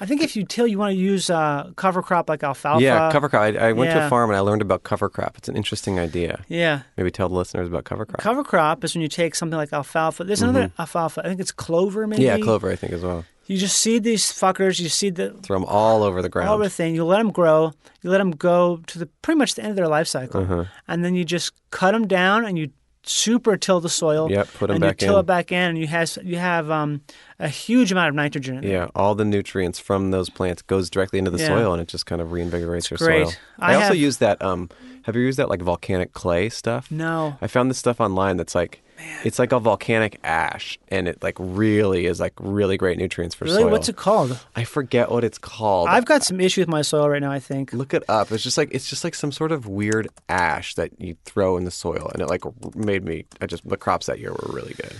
I think if you till, you want to use uh, cover crop like alfalfa.
yeah cover crop. I, I went to
uh, yeah.
a farm and I learned about cover crop. It's an interesting idea.
Yeah,
Maybe tell the listeners about cover crop.
cover crop is when you take something like alfalfa. There's another alfalfa. I think it's clover, maybe.
Mm-hmm. yeah, clover I think as well.
You just seed these fuckers. You seed the
Throw them all over the ground.
all the thing. You let them grow. You let them go to the pretty much the end of their life cycle,
Uh-huh.
and then you just cut them down and you super till the soil.
Yep, put 'em
and
back
you till
in.
it back in, and you have you have um, a huge amount of nitrogen. In it.
yeah, all the nutrients from those plants goes directly into the
Yeah.
soil, and it just kind of reinvigorates your
great.
soil.
I
I, also
have-
use that. Um, have you used that like volcanic clay stuff?
No.
I found this stuff online that's like, it's like a volcanic ash, and it like really is like really great nutrients for
Really,
soil.
what's it called?
I forget what it's called.
I've got some issue with my soil right now. I think.
look it up. It's just like it's just like some sort of weird ash that you throw in the soil, and it like made me. I just the crops that year were really good.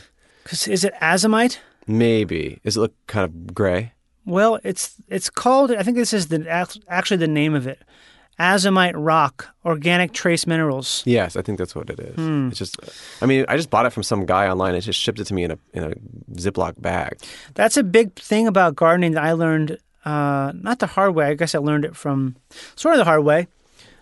'Cause is it azomite?
Maybe is it look kind of gray?
Well, it's it's called. I think this is the ac- actually the name of it. Azomite rock, organic trace minerals.
Yes, I think that's what it is. It's just, I mean, I just bought it from some guy online. It just shipped it to me in a in a Ziploc bag.
That's a big thing about gardening that I learned, uh, not the hard way. I guess I learned it from sort of the hard way.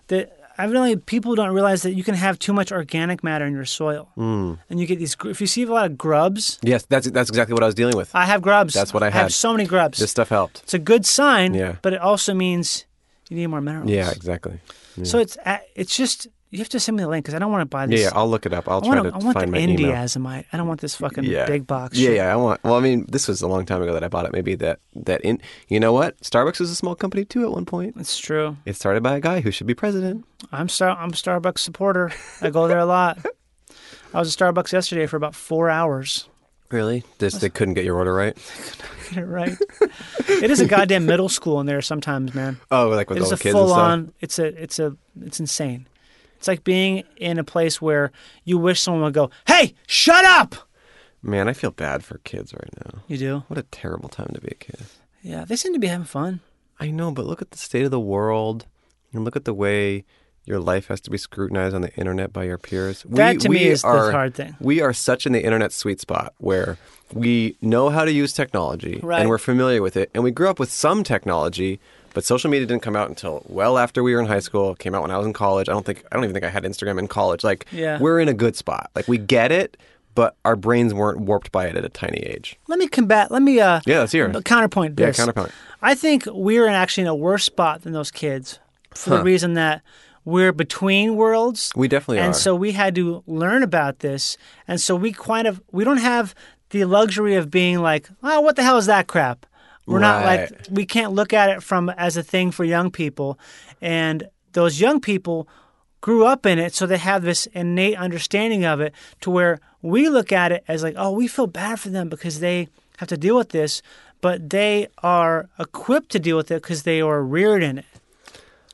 That evidently people don't realize that you can have too much organic matter in your soil,
Hmm.
mm. and you get these. gr- If you see a lot of grubs,
Yes, that's that's exactly what I was dealing with.
I have grubs.
That's what I
I have
had.
so many grubs.
this stuff helped.
it's a good sign,
Yeah.
but it also means you need more minerals.
Yeah, exactly.
So it's a- it's just You have to send me the link because I don't want to buy
Yeah,
this.
yeah, I'll look it up. I'll
I
try
want,
to
I want
find
the
my email.
Indiasmite. I don't want this fucking big box.
Yeah,
shit.
yeah. I want. Well, I mean, this was a long time ago that I bought it. Maybe that that in. You know what? Starbucks was a small company too at one point.
It's true.
It started by a guy who should be president.
I'm Star. I'm a Starbucks supporter. I go there a lot. I was at Starbucks yesterday for about four hours.
Really? This they couldn't get your order right.
Get it right. it is a goddamn middle school in there sometimes, man.
Oh, like with
It
all
is
the
a
kids and
full
stuff.
on. It's a. It's a. It's insane. It's like being in a place where you wish someone would go, "Hey, shut up."
Man, I feel bad for kids right now.
You do.
What a terrible time to be a kid.
Yeah, they seem to be having fun.
I know, but look at the state of the world, and look at the way your life has to be scrutinized on the internet by your peers.
That to me is the hard thing.
We are such in the internet sweet spot where we know how to use technology
Right.
and we're familiar with it, and we grew up with some technology. But social media didn't come out until well after we were in high school. It came out when I was in college. I don't think I don't even think I had Instagram in college. Like
Yeah.
we're in a good spot. Like we get it, but our brains weren't warped by it at a tiny age.
Let me combat. Let me. Uh,
Yeah, let's hear it.
b- Counterpoint.
Yeah,
This.
counterpoint.
I think we're in actually in a worse spot than those kids for the
Huh.
reason that we're between worlds.
We definitely
and
are.
so we had to learn about this, and so we kind of we don't have the luxury of being like, oh, what the hell is that crap? We're not like
Right.
we can't look at it from as a thing for young people, and those young people grew up in it, so they have this innate understanding of it to where we look at it as like, oh, we feel bad for them because they have to deal with this, but they are equipped to deal with it because they are reared in it.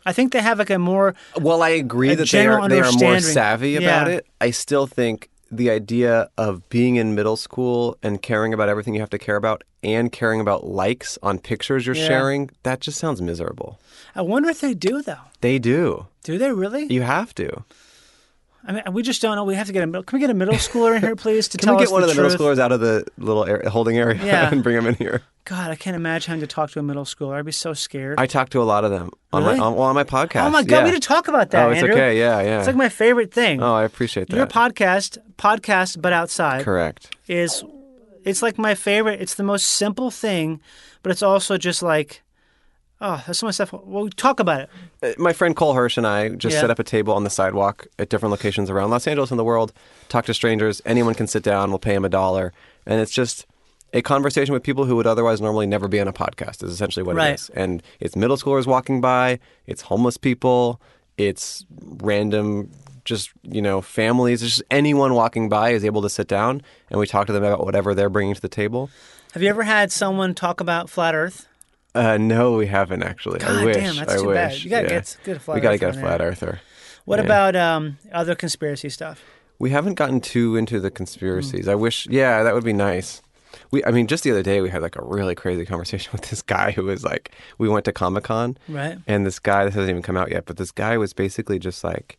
I think they have like a more
Well, I agree
a
that they are
general
they are more
understanding.
savvy about
Yeah.
it. I still think the idea of being in middle school and caring about everything you have to care about and caring about likes on pictures you're
Yeah.
sharing, that just sounds miserable.
I wonder if they do though.
They do.
Do they really?
You have to.
I mean, we just don't know. We have to get a middle. Can we get a middle schooler in here, please, to
Can
tell
we
us
get one
the
of the middle
truth?
schoolers out of the little air holding area
Yeah.
and bring them in here?
God, I can't imagine having to talk to a middle schooler. I'd be so scared.
I talk to a lot of them on
Really?
my on, well, on my podcast.
oh my God,
yeah.
we didn't talk about that.
Oh, it's
Andrew.
okay. Yeah, yeah.
It's like my favorite thing.
oh, I appreciate that.
Your podcast, podcast, but outside
Correct.
is, it's like my favorite. It's the most simple thing, but it's also just like, oh, there's so much stuff. Well, we talk about it.
my friend Cole Hirsch and I just
Yeah.
set up a table on the sidewalk at different locations around Los Angeles and the world. Talk to strangers. Anyone can sit down. We'll pay him a dollar, and it's just a conversation with people who would otherwise normally never be on a podcast. Is essentially what
Right.
it is. And it's middle schoolers walking by. It's homeless people. It's random. Just you know, families. It's just anyone walking by is able to sit down, and we talk to them about whatever they're bringing to the table.
Have you ever had someone talk about flat Earth?
Uh, no, we haven't actually. I
God
wish.
damn, that's
I
too
wish.
bad. You gotta
Yeah.
get good flat
We gotta
earth
get
on
flat
there.
earther.
What
Yeah.
about um, other conspiracy stuff?
We haven't gotten too into the conspiracies. I wish, yeah, that would be nice. We, I mean, just the other day we had like a really crazy conversation with this guy who was like, we went to Comic Con,
Right.
And this guy, this hasn't even come out yet, but this guy was basically just like,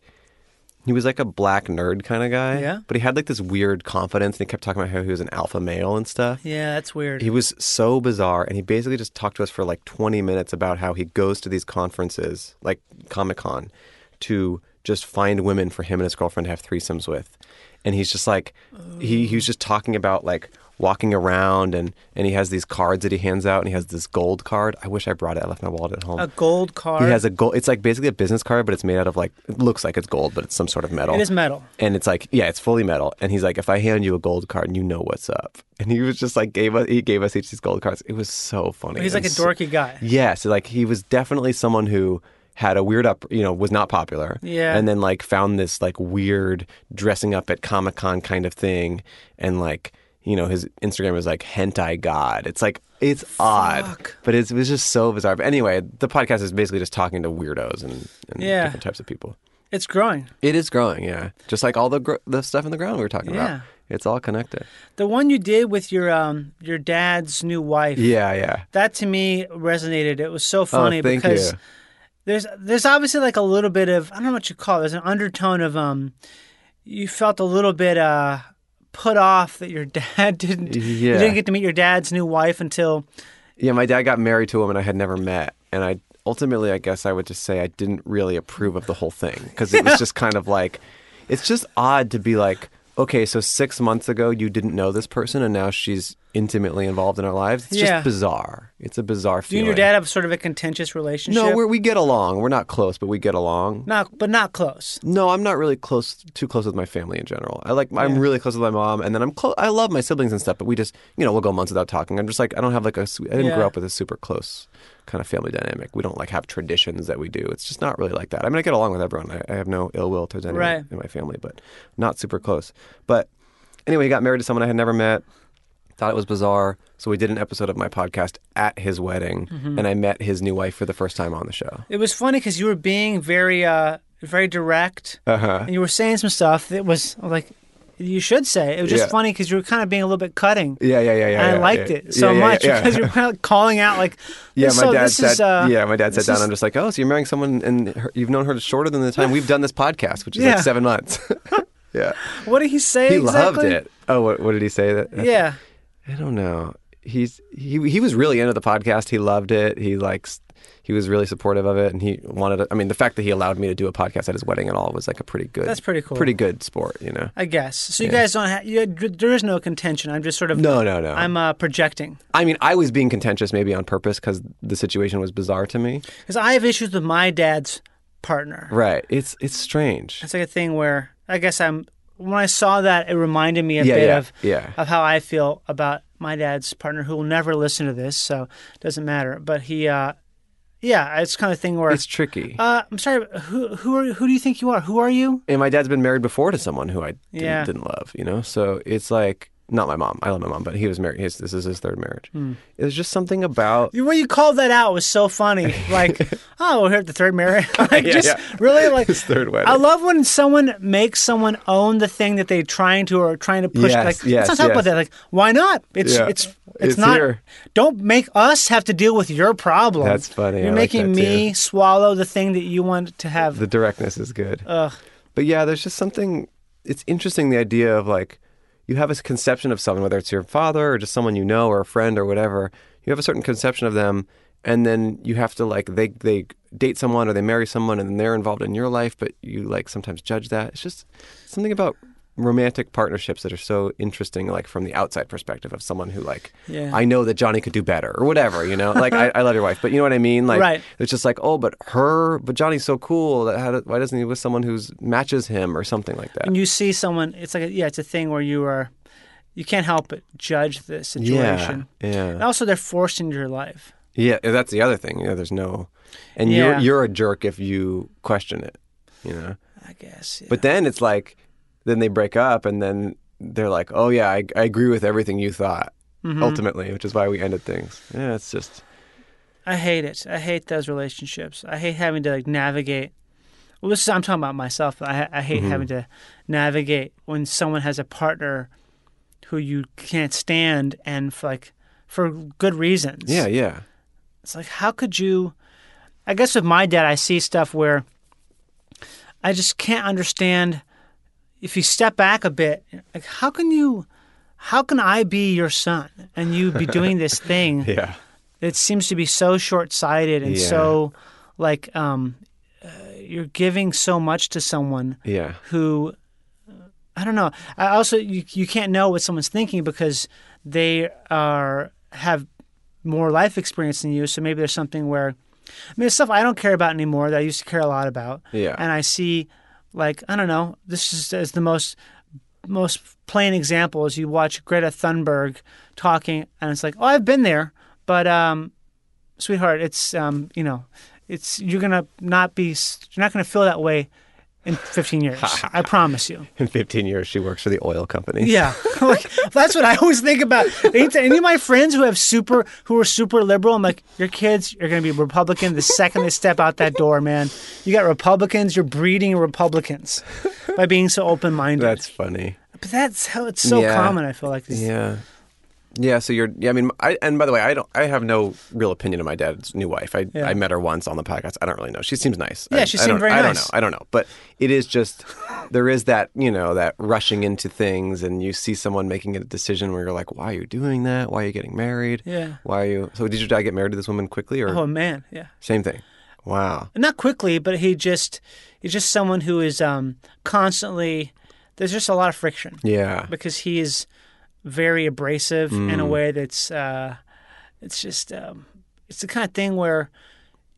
he was like a black nerd kind of guy,
Yeah.
But he had like this weird confidence, and he kept talking about how he was an alpha male and stuff.
Yeah, that's weird.
He was so bizarre, and he basically just talked to us for like 20 minutes about how he goes to these conferences, like Comic Con, to just find women for him and his girlfriend to have threesomes with. And he's just like, he, he was just talking about like walking around, and, and he has these cards that he hands out, and he has this gold card. I wish I brought it. I left my wallet at home.
a gold card.
He has a gold. It's like basically a business card, but it's made out of like it looks like it's gold, but it's some sort of metal.
It is metal.
And it's like, yeah, it's fully metal. And he's like, if I hand you a gold card, you know what's up. And he was just like, gave us, he gave us each these gold cards. It was so funny.
He's like a
And so-
dorky guy.
Yes, like he was definitely someone who had a weird up, you know, was not popular.
Yeah.
And then like found this like weird dressing up at Comic Con kind of thing, and like you know his Instagram is like hentai god. It's like it's odd, but it's, it was just so bizarre. But anyway, the podcast is basically just talking to weirdos and, and
Yeah.
different types of people.
It's growing.
It is growing, yeah. Just like all the gr- the stuff in the ground we were talking
Yeah.
about. It's all connected.
The one you did with your um your dad's new wife.
Yeah, yeah.
That to me resonated. It was so funny
oh, thank
because
you.
there's there's obviously like a little bit of I don't know what you call it. There's an undertone of um you felt a little bit uh put off that your dad didn't you
Yeah.
didn't get to meet your dad's new wife until
Yeah, my dad got married to a woman I had never met, and I ultimately, I guess, I would just say I didn't really approve of the whole thing because it was just kind of like, it's just odd to be like, okay, so six months ago you didn't know this person, and now she's intimately involved in our lives. It's
Yeah.
just bizarre. It's a bizarre
Do you
feeling.
and your dad have sort of a contentious relationship?
No, we're, we get along. We're not close, but we get along.
not, but not close.
No, I'm not really close, too close with my family in general. I like, I'm really close with my mom, and then I'm close. I love my siblings and stuff, but we just, you know, we'll go months without talking. I'm just like, I don't have like a, su- I didn't
Yeah.
grow up with a super close kind of family dynamic. We don't like have traditions that we do. It's just not really like that. I mean, I get along with everyone. I, I have no ill will towards anyone
Right.
in my family, but not super close. But anyway, he got married to someone I had never met. Thought it was bizarre, so we did an episode of my podcast at his wedding,
Mm-hmm.
and I met his new wife for the first time on the show.
It was funny because you were being very, uh, very direct,
Uh-huh.
and you were saying some stuff that was I was like, you should say. It was just
Yeah.
funny because you were kind of being a little bit cutting.
Yeah, yeah, yeah, yeah.
and I
yeah,
liked
yeah.
it so
Yeah, yeah,
much
yeah.
because you were kind of calling out like,
Yeah,
this-
my
so
dad
this
sat.
is, uh,
yeah, my dad sat
this
down.
is-
I'm just like, oh, so you're marrying someone, and her, you've known her shorter than the time we've done this podcast, which is
Yeah.
like seven months. yeah,
what did he say?
he
exactly?
loved it. Oh, what, what did he say? That
Yeah,
I don't know. He's he he was really into the podcast. He loved it. He likes. He was really supportive of it, and he wanted. To, I mean, the fact that he allowed me to do a podcast at his wedding and all was like a pretty good.
That's pretty cool.
Pretty good sport, you know.
I guess. So you guys don't have. You, there is no contention. I'm just sort of.
No, no, no.
I'm uh, projecting
I mean, I was being contentious maybe on purpose because the situation was bizarre to me.
because I have issues with my dad's partner.
Right. It's it's strange.
It's like a thing where I guess I'm. When I saw that, it reminded me a
Yeah,
bit
yeah,
of
yeah.
of how I feel about my dad's partner, who will never listen to this, so it doesn't matter. But he, uh, yeah, it's kind of thing where
It's tricky.
uh, I'm sorry, but who who are who do you think you are? Who are you?
and my dad's been married before to someone who I didn't,
Yeah.
didn't love, you know. So it's like not my mom. I love my mom, but he was married. His, this is his third marriage. It was just something about
The way you called that out was so funny. Like, oh, we're here at the third marriage. like,
Yeah,
just
yeah.
really like
His third wedding.
I love when someone makes someone own the thing that they're trying to or trying to push.
Yes,
like,
yes,
let's not talk about
yes.
that. Like, why not? It's
Yeah.
it's it's,
It's
not.
here.
Don't make us have to deal with your problem.
That's funny. I
You're
like
making
that,
me
too.
swallow the thing that you want to have.
the directness is good. But yeah, there's just something. It's interesting the idea of like you have a conception of someone, whether it's your father or just someone you know or a friend or whatever. You have a certain conception of them, and then you have to like they they date someone or they marry someone, and then they're involved in your life, but you like sometimes judge that. It's just something about romantic partnerships that are so interesting like from the outside perspective of someone who like
Yeah.
i know that johnny could do better or whatever you know like I, I love your wife but you know what i mean like
Right.
it's just like, oh, but her, but Johnny's so cool. That how, do- why doesn't he with someone who's matches him or something like that?
when you see someone, it's like a, yeah, it's a thing where you are, you can't help but judge the situation. Oh.
yeah.
And also, they're forced into your life.
yeah, that's the other thing. You know, there's no, and
Yeah.
you're you're a jerk if you question it. You know,
I guess. yeah.
but then it's like, then they break up, and then they're like, oh yeah, I, I agree with everything you thought.
Mm-hmm.
Ultimately, which is why we ended things. Yeah, it's just
I hate it. I hate those relationships. I hate having to like navigate. Well, this is, I'm talking about myself. But I, I hate
Mm-hmm.
having to navigate when someone has a partner who you can't stand, and for like for good reasons.
yeah, yeah,
It's like how could you? I guess with my dad, I see stuff where I just can't understand. If you step back a bit, like how can you? How can I be your son and you be doing this thing?
yeah.
it seems to be so short-sighted and
Yeah.
so like um uh, you're giving so much to someone
Yeah.
who uh, i don't know i also you, you can't know what someone's thinking because they are have more life experience than you so maybe there's something where i mean it's stuff i don't care about anymore that i used to care a lot about
Yeah.
and i see like i don't know this is, is the most most plain example is you watch Greta Thunberg talking, and it's like, oh, I've been there, but um, sweetheart, it's um, you know, it's you're gonna not be, you're not gonna feel that way in 15 years. I promise you.
In 15 years, she works for the oil company.
Yeah, like, that's what I always think about. Any, any of my friends who have super, who are super liberal, I'm like, your kids are gonna be Republican the second they step out that door, man. You got Republicans, you're breeding Republicans by being so open-minded.
That's funny.
But that's how it's so
Yeah.
common. I feel like these
Yeah. Yeah, so you're. Yeah, I mean, I and by the way, I don't. I have no real opinion of my dad's new wife. I,
Yeah.
I met her once on the podcast. I don't really know. She seems nice.
Yeah,
I-
she
I
seemed
don't-
very
I don't
nice.
know. I don't know, but it is just there is that you know that rushing into things, and you see someone making a decision where you're like, why are you doing that? Why are you getting married?
Yeah.
Why are you? So did your dad get married to this woman quickly, or
Oh man, yeah.
same thing? Wow.
Not quickly, but he just he's just someone who is um constantly there's just a lot of friction
Yeah.
because he is very abrasive in a way that's uh, it's just um, it's the kind of thing where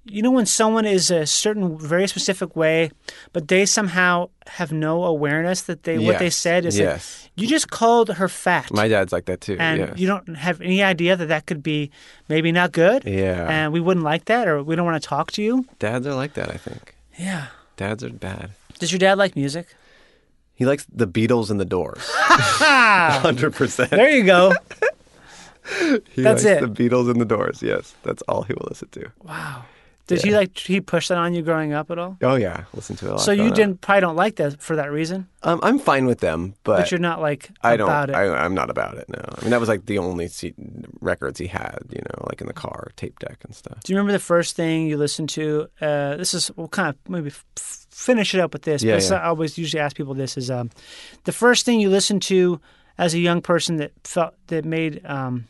you know when someone is a certain very specific way, but they somehow have no awareness that they what they
Yes,
said is like,
yes.
you just called her fat.
My dad's like that too.
and
yeah.
you don't have any idea that that could be maybe not good.
Yeah.
And we wouldn't like that, or we don't want to talk to you.
Dads are like that, I think.
Yeah.
Dads are bad.
Does your dad like music?
He likes the Beatles and the Doors.
Ah,
100%.
there you go.
He
that's
likes
it.
The Beatles and the Doors. Yes, that's all he will listen to.
Wow. Did he like did he push that on you growing up at all?
Oh yeah, listen to it a lot.
So you
growing up.
didn't probably don't like that for that reason,
Um, I'm fine with them, but,
but you're not like
I don't.
about it.
I, I'm not about it. No, I mean that was like the only C- records he had. You know, like in the car, tape deck and stuff.
Do you remember the first thing you listened to? Uh, this is we'll kind of maybe f- f- finish it up with this.
Yeah,
but it's-
yeah.
I always usually ask people this is um, the first thing you listened to as a young person that felt that made um,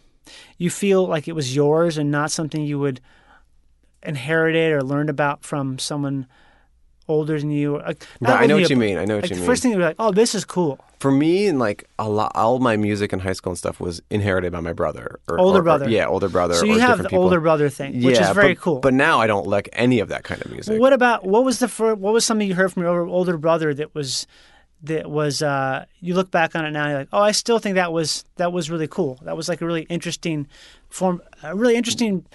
you feel like it was yours and not something you would inherit it or learned about from someone older than you. Like, not
Right, I
older
know what you
than
mean. I know what
like
you
the
mean.
first thing you were like, oh, this is cool.
For me, and like a lot, all my music in high school and stuff was inherited by my brother, or
Older
or- or-
brother.
yeah, older brother.
So you
or
have
different
the
people.
older brother thing, which is
Yeah,
very
but-
cool.
But now I don't like any of that kind of music.
what about what was the fir- what was something you heard from your older, older brother that was that was uh, you look back on it now and you're like oh I still think that was that was really cool that was like a really interesting form a really interesting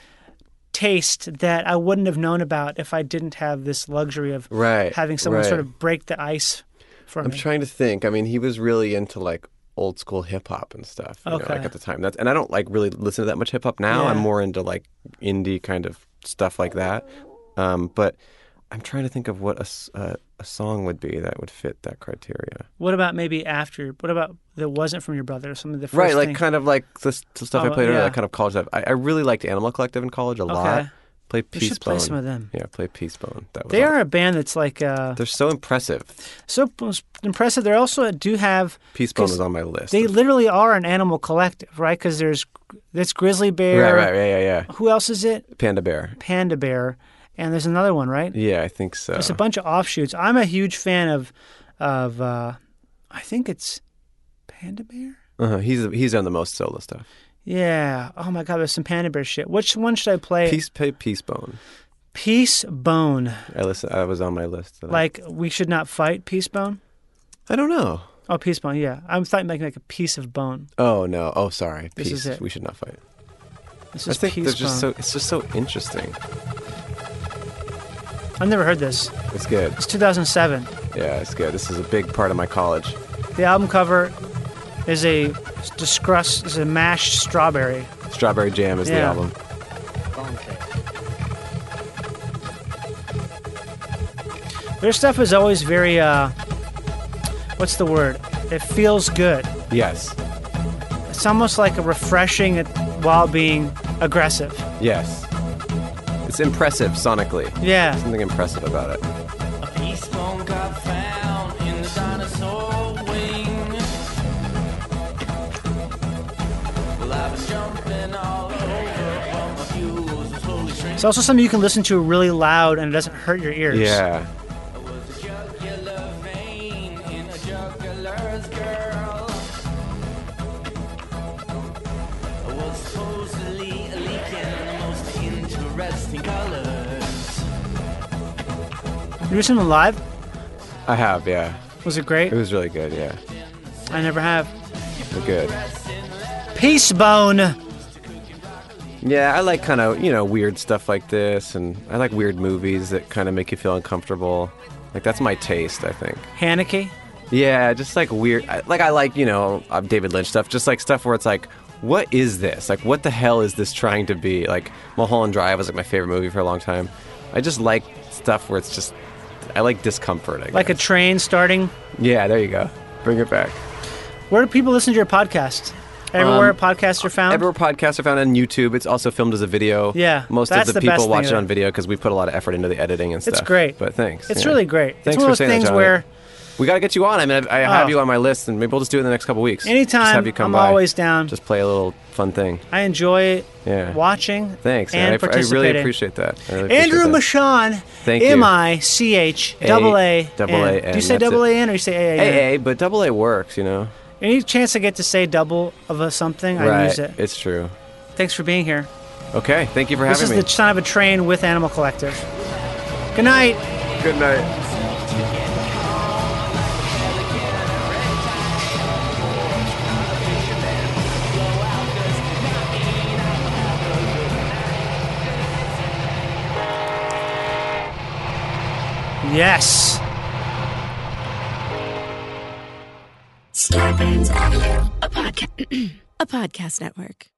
taste that I wouldn't have known about if I didn't have this luxury of
Right,
having someone
right.
sort of break the ice for
I'm
me
trying to think. I mean, he was really into like old school hip hop and stuff. You
Okay.
know, like at the time. That's and I don't like really listen to that much hip hop now. I'm
Yeah.
more into like indie kind of stuff like that. Um, but I'm trying to think of what a, s- uh, a song would be that would fit that criteria.
what about maybe after what about that wasn't from your brother something the first
right, like
thing-
kind of like the, s- the stuff I
Oh,
played earlier,
yeah.
that kind of college stuff. I, I really liked Animal Collective in college a lot.
Okay.
Play
We
Peace
should play
Bone.
some of them.
Yeah, play Peace Bone. That was
they
all-
are a band that's like uh,
They're so impressive.
so impressive they also do have
Peace Bone
'cause
was on my list.
They
of-
literally are an animal collective, right? Because there's that's grizzly bear.
right, right, yeah, yeah, yeah.
Who else is it?
Panda Bear.
Panda bear, and there's another one, right?
Yeah, I think so.
There's a bunch of offshoots. I'm a huge fan of, of uh, I think it's panda bear.
Uh-huh. He's he's done the most solo stuff.
Yeah. Oh my God, there's some panda bear shit. Which one should I play?
Peace, pay Peace Bone.
Peace Bone.
I listen. I was on my list. today.
Like we should not fight. Peace Bone.
I don't know.
Oh, Peace Bone. Yeah, I'm fighting like, like a piece of bone.
Oh no. Oh sorry.
This
Peace.
is it.
We should not fight.
This
I
is
think
Peace
they're
Bone.
just so. It's just so interesting.
I've never heard this.
It's good.
It's 2007.
Yeah, it's good. This is a big part of my college.
The album cover is a discuss is a mashed strawberry.
Strawberry Jam is the
Yeah.
album.
Their stuff is always very uh, what's the word? It feels good.
Yes.
It's almost like a refreshing while being aggressive.
Yes. It's impressive sonically.
Yeah.
Something impressive about it.
Peace bone got found in the dinosaur wing. Well, I was jumping all over, but my fuse was fully shrinking.
It's also something you can listen to really loud and it doesn't hurt your ears.
Yeah.
I was a jugular vein in a juggler's girl. I was supposedly leaking the most interesting colors.
You listen to them live?
I have. Yeah.
Was it great?
It was really good. Yeah.
I never have.
They're good.
Peace Bone.
Yeah, I like kind of you know weird stuff like this, and I like weird movies that kind of make you feel uncomfortable. Like that's my taste, I think.
Haneke.
Yeah, just like weird. I- Like I like you know uh, David Lynch stuff. Just like stuff where it's like, what is this? Like what the hell is this trying to be? Like Mulholland Drive was like my favorite movie for a long time. I just like stuff where it's just I like discomfort. I
Like a
guess.
train starting.
yeah, there you go. Bring it back.
Where do people listen to your podcast? Everywhere podcasts are found.
Um, Everywhere podcasts are found on YouTube. It's also filmed as a video.
Yeah,
most
that's
of the,
the best
people
thing
watch
of
it
it.
on video because we put a lot of effort into the editing and stuff.
It's great.
but thanks.
It's
yeah.
really great.
Thanks
it's one of
for
those
saying
things
that, Johnny.
where
we got to get you on. I mean, I, I have
Oh.
you on my list, and maybe we'll just do it in the next couple weeks. just
Anytime,
have you come
I'm
by.
always down.
Just play a little fun thing.
I enjoy
Yeah.
watching.
Thanks,
and
man. I, I
participating.
really appreciate that. I really appreciate
Andrew
that.
Michon.
Thank you.
M I C H double A
double A
N. Do you
N,
say
that's
double
it.
A N or you say A A? N?
AA, but double A works, you know.
Any chance I get to say double of a something, I use it.
It's true.
Thanks for being here.
Okay. Thank you for
This
having
is
me.
the Son of a Train with Animal Collective. Good night.
Good night.
Yes.
a podcast network.